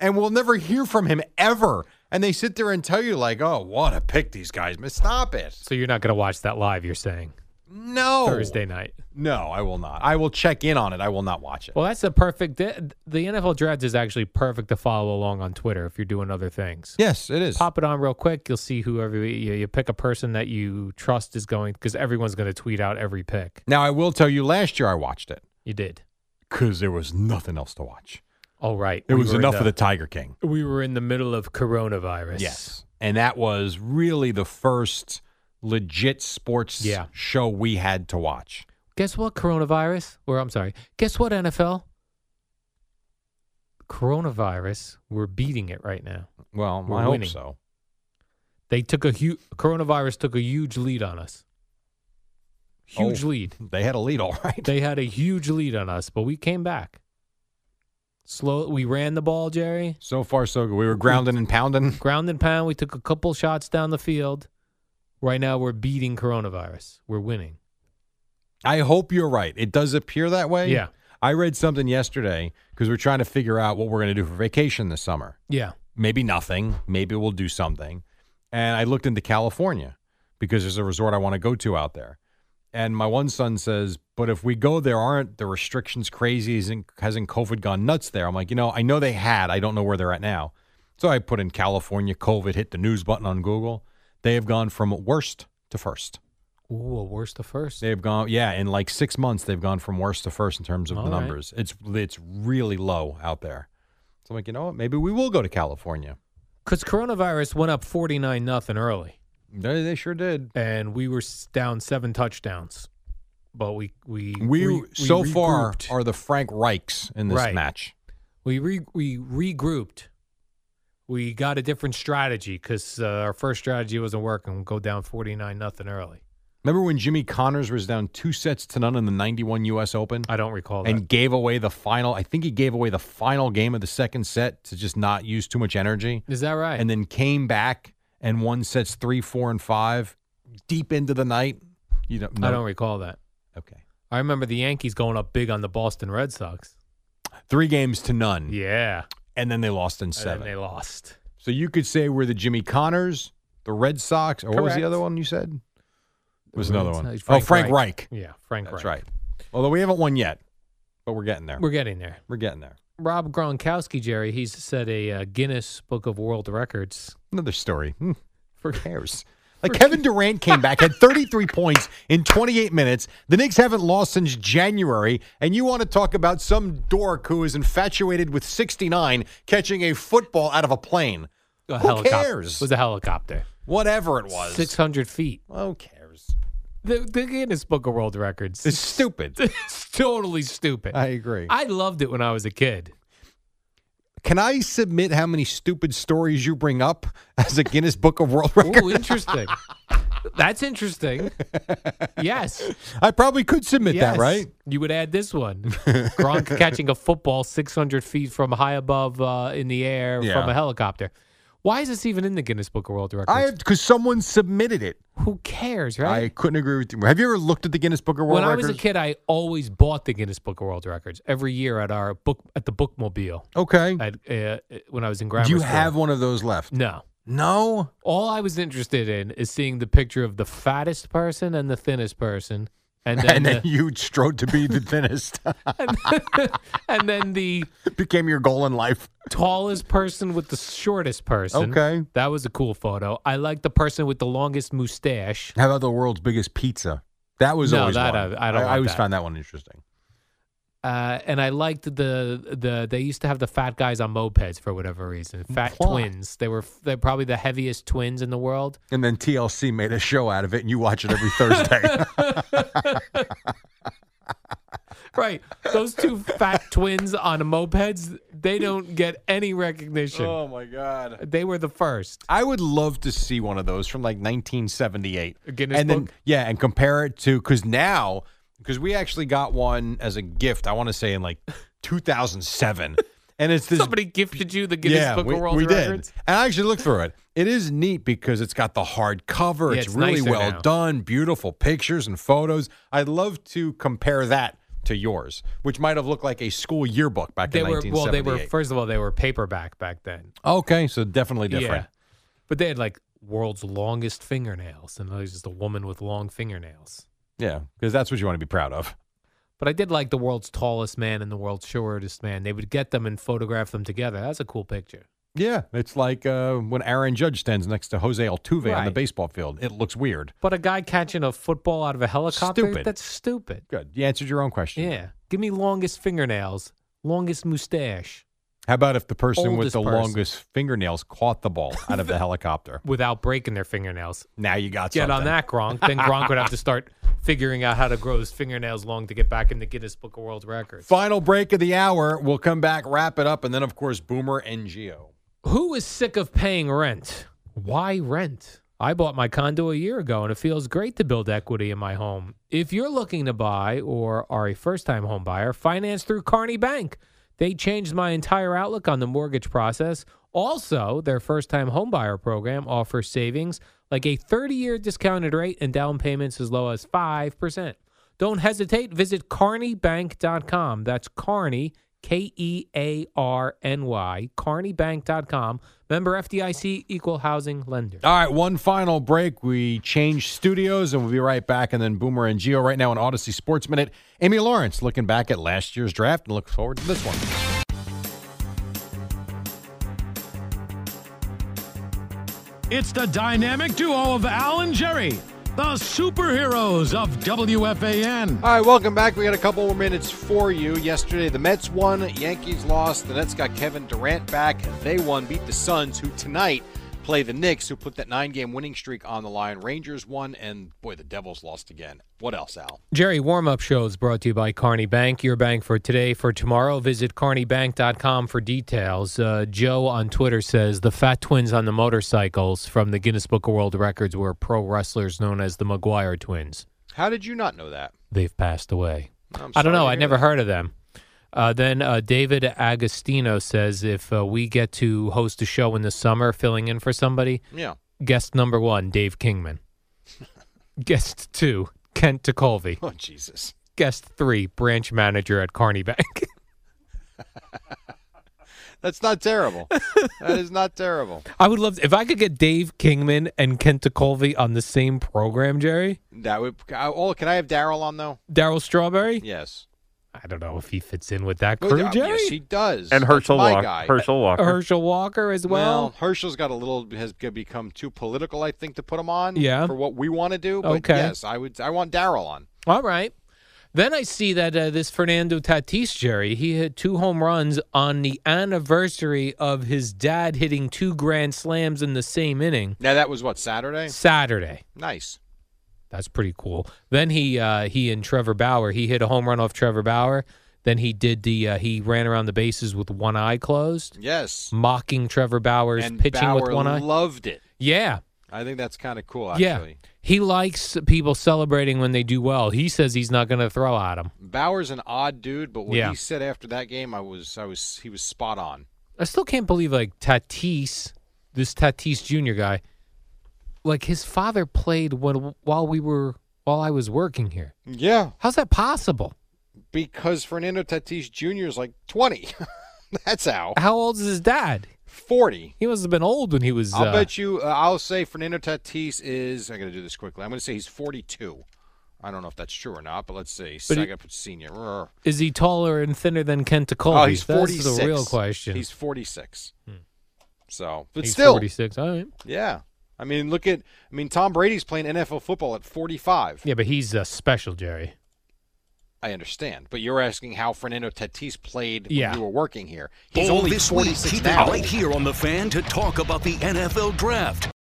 A: And we'll never hear from him ever. And they sit there and tell you like, "Oh, what a pick these guys." made." Stop it.
B: So you're not going to watch that live. You're saying
A: No.
B: Thursday night.
A: No, I will not. I will check in on it. I will not watch it.
B: Well, that's a perfect. The the NFL Draft is actually perfect to follow along on Twitter if you're doing other things.
A: yes, it is.
B: Pop it on real quick. You'll see whoever you, you pick a person that you trust is going because everyone's going to tweet out every pick.
A: Now, I will tell you, last year I watched it
B: You did.
A: because there was nothing else to watch.
B: All right.
A: It
B: We
A: was
B: were in
A: enough of the Tiger King.
B: We were in the middle of coronavirus.
A: And that was really the first legit sports
B: Yeah.
A: show we had to watch.
B: Guess what, coronavirus? Or I'm sorry. Guess what, NFL? Coronavirus. We're beating it right now.
A: Well,
B: We're
A: I hope
B: winning.
A: so.
B: They took a huge. Coronavirus took a huge lead on us. Huge
A: Oh.
B: lead.
A: They had a lead, [laughs] all right.
B: They had a huge lead on us, but we came back. Slow. We ran the ball, Jerry.
A: so far, so good. We were grounding and pounding.
B: Ground and pound. We took a couple shots down the field. Right now, we're beating coronavirus. We're winning.
A: I hope you're right. It does appear that way.
B: Yeah.
A: I read something yesterday because we're trying to figure out what we're going to do for vacation this summer.
B: Yeah.
A: maybe nothing. Maybe we'll do something. And I looked into California because there's a resort I want to go to out there. And my one son says, "But if we go there, aren't the restrictions crazy? Isn't hasn't COVID gone nuts there?" I'm like, you know, I know they had. I don't know where they're at now. So I put in California COVID, hit the news button on Google. They have gone from worst to first.
B: Ooh, a worst to first.
A: They've gone, yeah, in like six months, they've gone from worst to first in terms of
B: All
A: the
B: right.
A: numbers. It's it's really low out there. So I'm like, you know what? Maybe we will go to California.
B: Because coronavirus went up 49 nothing early,
A: They, they sure did.
B: and we were s- down seven touchdowns. But we we
A: we,
B: re- we
A: so far
B: regrouped.
A: are the Frank Reichs in this
B: Right.
A: match.
B: we re, we regrouped. We got a different strategy because uh, our first strategy wasn't working. Go down 49 nothing early.
A: Remember when Jimmy Connors was down two sets to none in the 91 U.S. Open
B: I don't recall that.
A: and gave away the final? I think he gave away the final game of the second set to just not use too much energy
B: Is that right?
A: and then came back and won sets three, four, and five deep into the night. You don't.
B: I don't recall that.
A: Okay.
B: I remember the Yankees going up big on the Boston Red Sox.
A: Three games to none,
B: Yeah.
A: and then they lost in
B: And then
A: seven.
B: they lost.
A: so you could say we're the Jimmy Connors, the Red Sox, or what was the
B: Correct.
A: other one you said? Was
B: Red
A: another
B: Sox-
A: one?
B: Frank
A: oh, Frank
B: Reich.
A: Reich.
B: Yeah, Frank
A: That's
B: Reich.
A: right. Although we haven't won yet, but we're getting there.
B: We're getting there.
A: We're getting there.
B: Rob Gronkowski, Jerry, he's set a uh, Guinness Book of World Records.
A: Another story. Hmm. Who [laughs] cares? Like Kevin Durant came back, had 33 points in 28 minutes. The Knicks haven't lost since January, and you want to talk about some dork who is infatuated with 69 catching a football out of a plane?
B: A
A: Who
B: helicopter.
A: cares?
B: It was a helicopter.
A: Whatever it was.
B: 600 feet.
A: Who cares?
B: The, the Guinness Book of World Records.
A: It's stupid.
B: [laughs] It's totally stupid.
A: I agree.
B: I loved it when I was a kid.
A: Can I submit how many stupid stories you bring up as a Guinness Book of World Records?
B: Ooh,
A: [laughs]
B: interesting. That's interesting. Yes.
A: I probably could submit
B: yes.
A: that, right?
B: You would add this one
A: [laughs]
B: Gronk catching a football 600 feet from high above uh, in the air
A: Yeah.
B: from a helicopter. Why is this even in the Guinness Book of World Records?
A: I because someone submitted it.
B: Who cares,
A: I
B: right?
A: couldn't agree with you. more. Have you ever looked at the Guinness Book of World
B: when I
A: Records?
B: was a kid, I always bought the Guinness Book of World Records every year at our book at the bookmobile
A: Okay.
B: at, uh, when I was in grammar
A: Do you
B: school.
A: have one of those left?
B: no?
A: No.
B: All I was interested in is seeing the picture of the fattest person and the thinnest person, and then uh,
A: And then
B: the,
A: you strode
B: [laughs]
A: to be the thinnest.
B: and then the
A: [laughs] Became your goal in life.
B: tallest person with the shortest person.
A: Okay.
B: that was a cool photo. I liked the person with the longest mustache.
A: How about the world's biggest pizza? That was
B: No,
A: always
B: that
A: one.
B: I- I don't
A: I,
B: want
A: always
B: that.
A: found that one interesting.
B: Uh, and I liked the the they used to have the fat guys on mopeds for whatever reason. Fat
A: Why?
B: twins. They were they're probably the heaviest twins in the world.
A: And then TLC made a show out of it, and you watch it
B: [laughs]
A: every Thursday. [laughs]
B: Right. Those two fat twins on mopeds, they don't get any recognition.
A: Oh my god!
B: They were the first.
A: I would love to see one of those from like 1978.
B: A Guinness
A: and then
B: Book?
A: yeah, and compare it to because now because we actually got one as a gift. I want to say in like [laughs] 2007, and it's this
B: Somebody gifted you the Guinness Book
A: we,
B: of World
A: we
B: Records.
A: Did. And I actually looked through it. It is neat because it's got the hard cover.
B: Yeah,
A: it's,
B: it's
A: really
B: nicer
A: well
B: now.
A: done, beautiful pictures and photos. I'd love to compare that to yours, which might have looked like a school yearbook back
B: They
A: in
B: were well. They were
A: 1978.
B: first of all. They were paperback back then.
A: okay, so definitely different.
B: Yeah, but they had like world's longest fingernails, and it was just a woman with long fingernails.
A: Yeah, because that's what you want to be proud of.
B: But I did like the world's tallest man and the world's shortest man. They would get them and photograph them together. That's a cool picture.
A: Yeah, it's like uh, when Aaron Judge stands next to Jose Altuve on the
B: Right.
A: baseball field. It looks weird.
B: But a guy catching a football out of a helicopter?
A: Stupid.
B: That's stupid.
A: Good. You answered your own question.
B: Yeah. Give me longest fingernails, longest mustache
A: How about if the person with
B: Oldest
A: the
B: person.
A: longest fingernails caught the ball
B: [laughs]
A: out of the helicopter?
B: without breaking their fingernails.
A: Now you got
B: Get
A: something.
B: on that, Gronk. Then Gronk would have to start figuring out how to grow his fingernails long to get back in the Guinness Book of World Records.
A: Final break of the hour. We'll come back, wrap it up, and then, of course, Boomer and Geo.
B: Who is sick of paying rent? Why rent? I bought my condo a year ago and it feels great to build equity in my home. If you're looking to buy or are a first time home buyer, finance through Carney Bank. They changed my entire outlook on the mortgage process. Also, their first time home buyer program offers savings like a 30 year discounted rate and down payments as low as 5%. Don't hesitate. Visit carneybank.com. That's Carney, K E A R N Y, carneybank.com. Member FDIC, equal housing lender.
A: All right, one final break. We change studios, and we'll be right back. And then Boomer and Geo right now on Odyssey Sports Minute. Amy Lawrence looking back at last year's draft and looks forward to this one.
E: It's the dynamic duo of Al and Jerry, the superheroes of WFAN.
A: All right, welcome back. We got a couple more minutes for you. Yesterday, the Mets won, Yankees lost. The Nets got Kevin Durant back. They won, beat the Suns, who tonight play the Knicks, who put that nine-game winning streak on the line. Rangers won, and boy, the Devils lost again. What else, Al?
B: Jerry, warm up shows brought to you by Carney Bank, your bank for today. For tomorrow, visit carneybank.com for details. Uh, Joe on Twitter says the fat twins on the motorcycles from the Guinness Book of World Records were pro wrestlers known as the McGuire twins.
A: How did you not know that?
B: They've passed away.
A: I'm
B: I don't
A: sorry
B: know.
A: to
B: I
A: hear
B: never
A: that.
B: heard of them. Uh, then uh, David Agostino says if uh, we get to host a show in the summer, filling in for somebody,
A: Yeah.
B: [laughs] guest number one, Dave Kingman. guest two, Kent DeColvey,
A: Oh, Jesus.
B: guest three, branch manager at Carney Bank. [laughs]
A: That's not terrible. that is not terrible.
B: I would love if I could get Dave Kingman and Kent DeColvey on the same program, Jerry.
A: That would. Oh, can I have Daryl on though?
B: Daryl Strawberry.
A: Yes.
B: I don't know if he fits in with that
A: Good-
B: crew,
A: uh,
B: Jerry.
A: Yes, he does.
F: And
A: That's
F: Herschel
A: my
F: Walker.
A: guy.
F: Herschel Walker.
B: Herschel Walker as
A: Well,
B: well.
A: Herschel's got a little has g- become too political, I think, to put him on.
B: Yeah.
A: For what we want to do, but
B: Okay.
A: yes, I would. I want Daryl on.
B: All right. Then I see that uh, this Fernando Tatis, Jerry, he hit two home runs on the anniversary of his dad hitting two grand slams in the same inning
A: Now that was what Saturday.
B: Saturday.
A: Nice.
B: That's pretty cool. Then he uh, he and Trevor Bauer he hit a home run off Trevor Bauer. Then he did the uh, he ran around the bases with one eye closed,
A: Yes.
B: mocking Trevor Bauer's
A: and
B: pitching
A: Bauer
B: with one eye.
A: loved it.
B: yeah,
A: I think that's kind of cool.
B: Yeah.
A: Actually,
B: he likes people celebrating when they do well. He says he's not going to throw at them.
A: Bauer's an odd dude, but what
B: Yeah.
A: he said after that game, I was, I was, he was spot on.
B: I still can't believe like Tatis, this Tatis Junior guy, like his father played when while we were while I was working here.
A: Yeah,
B: How's that possible?
A: because Fernando Tatis Jr. is like twenty. [laughs] that's how
B: How old is his dad?
A: forty.
B: He must have been old when he was.
A: I'll
B: uh,
A: bet you. Uh, I'll say Fernando Tatis is. I'm going to do this quickly. I'm going to say he's 42. I don't know if that's true or not, but let's see.
B: But he-
A: Second senior. Rrr.
B: Is he taller and thinner than Kent Colby?
A: Oh, he's 46.
B: That's the real question.
A: He's 46. So, but
B: Hmm. He's
A: still,
B: 46. All right.
A: yeah. I mean, look at. I mean, Tom Brady's playing NFL football at 45.
B: Yeah, but he's uh, special, Jerry.
A: I understand, but you're asking how Fernando Tatis played
B: Yeah.
A: when you were working here. He's only 46
E: keep
A: now.
E: it right here on the fan to talk about the NFL draft.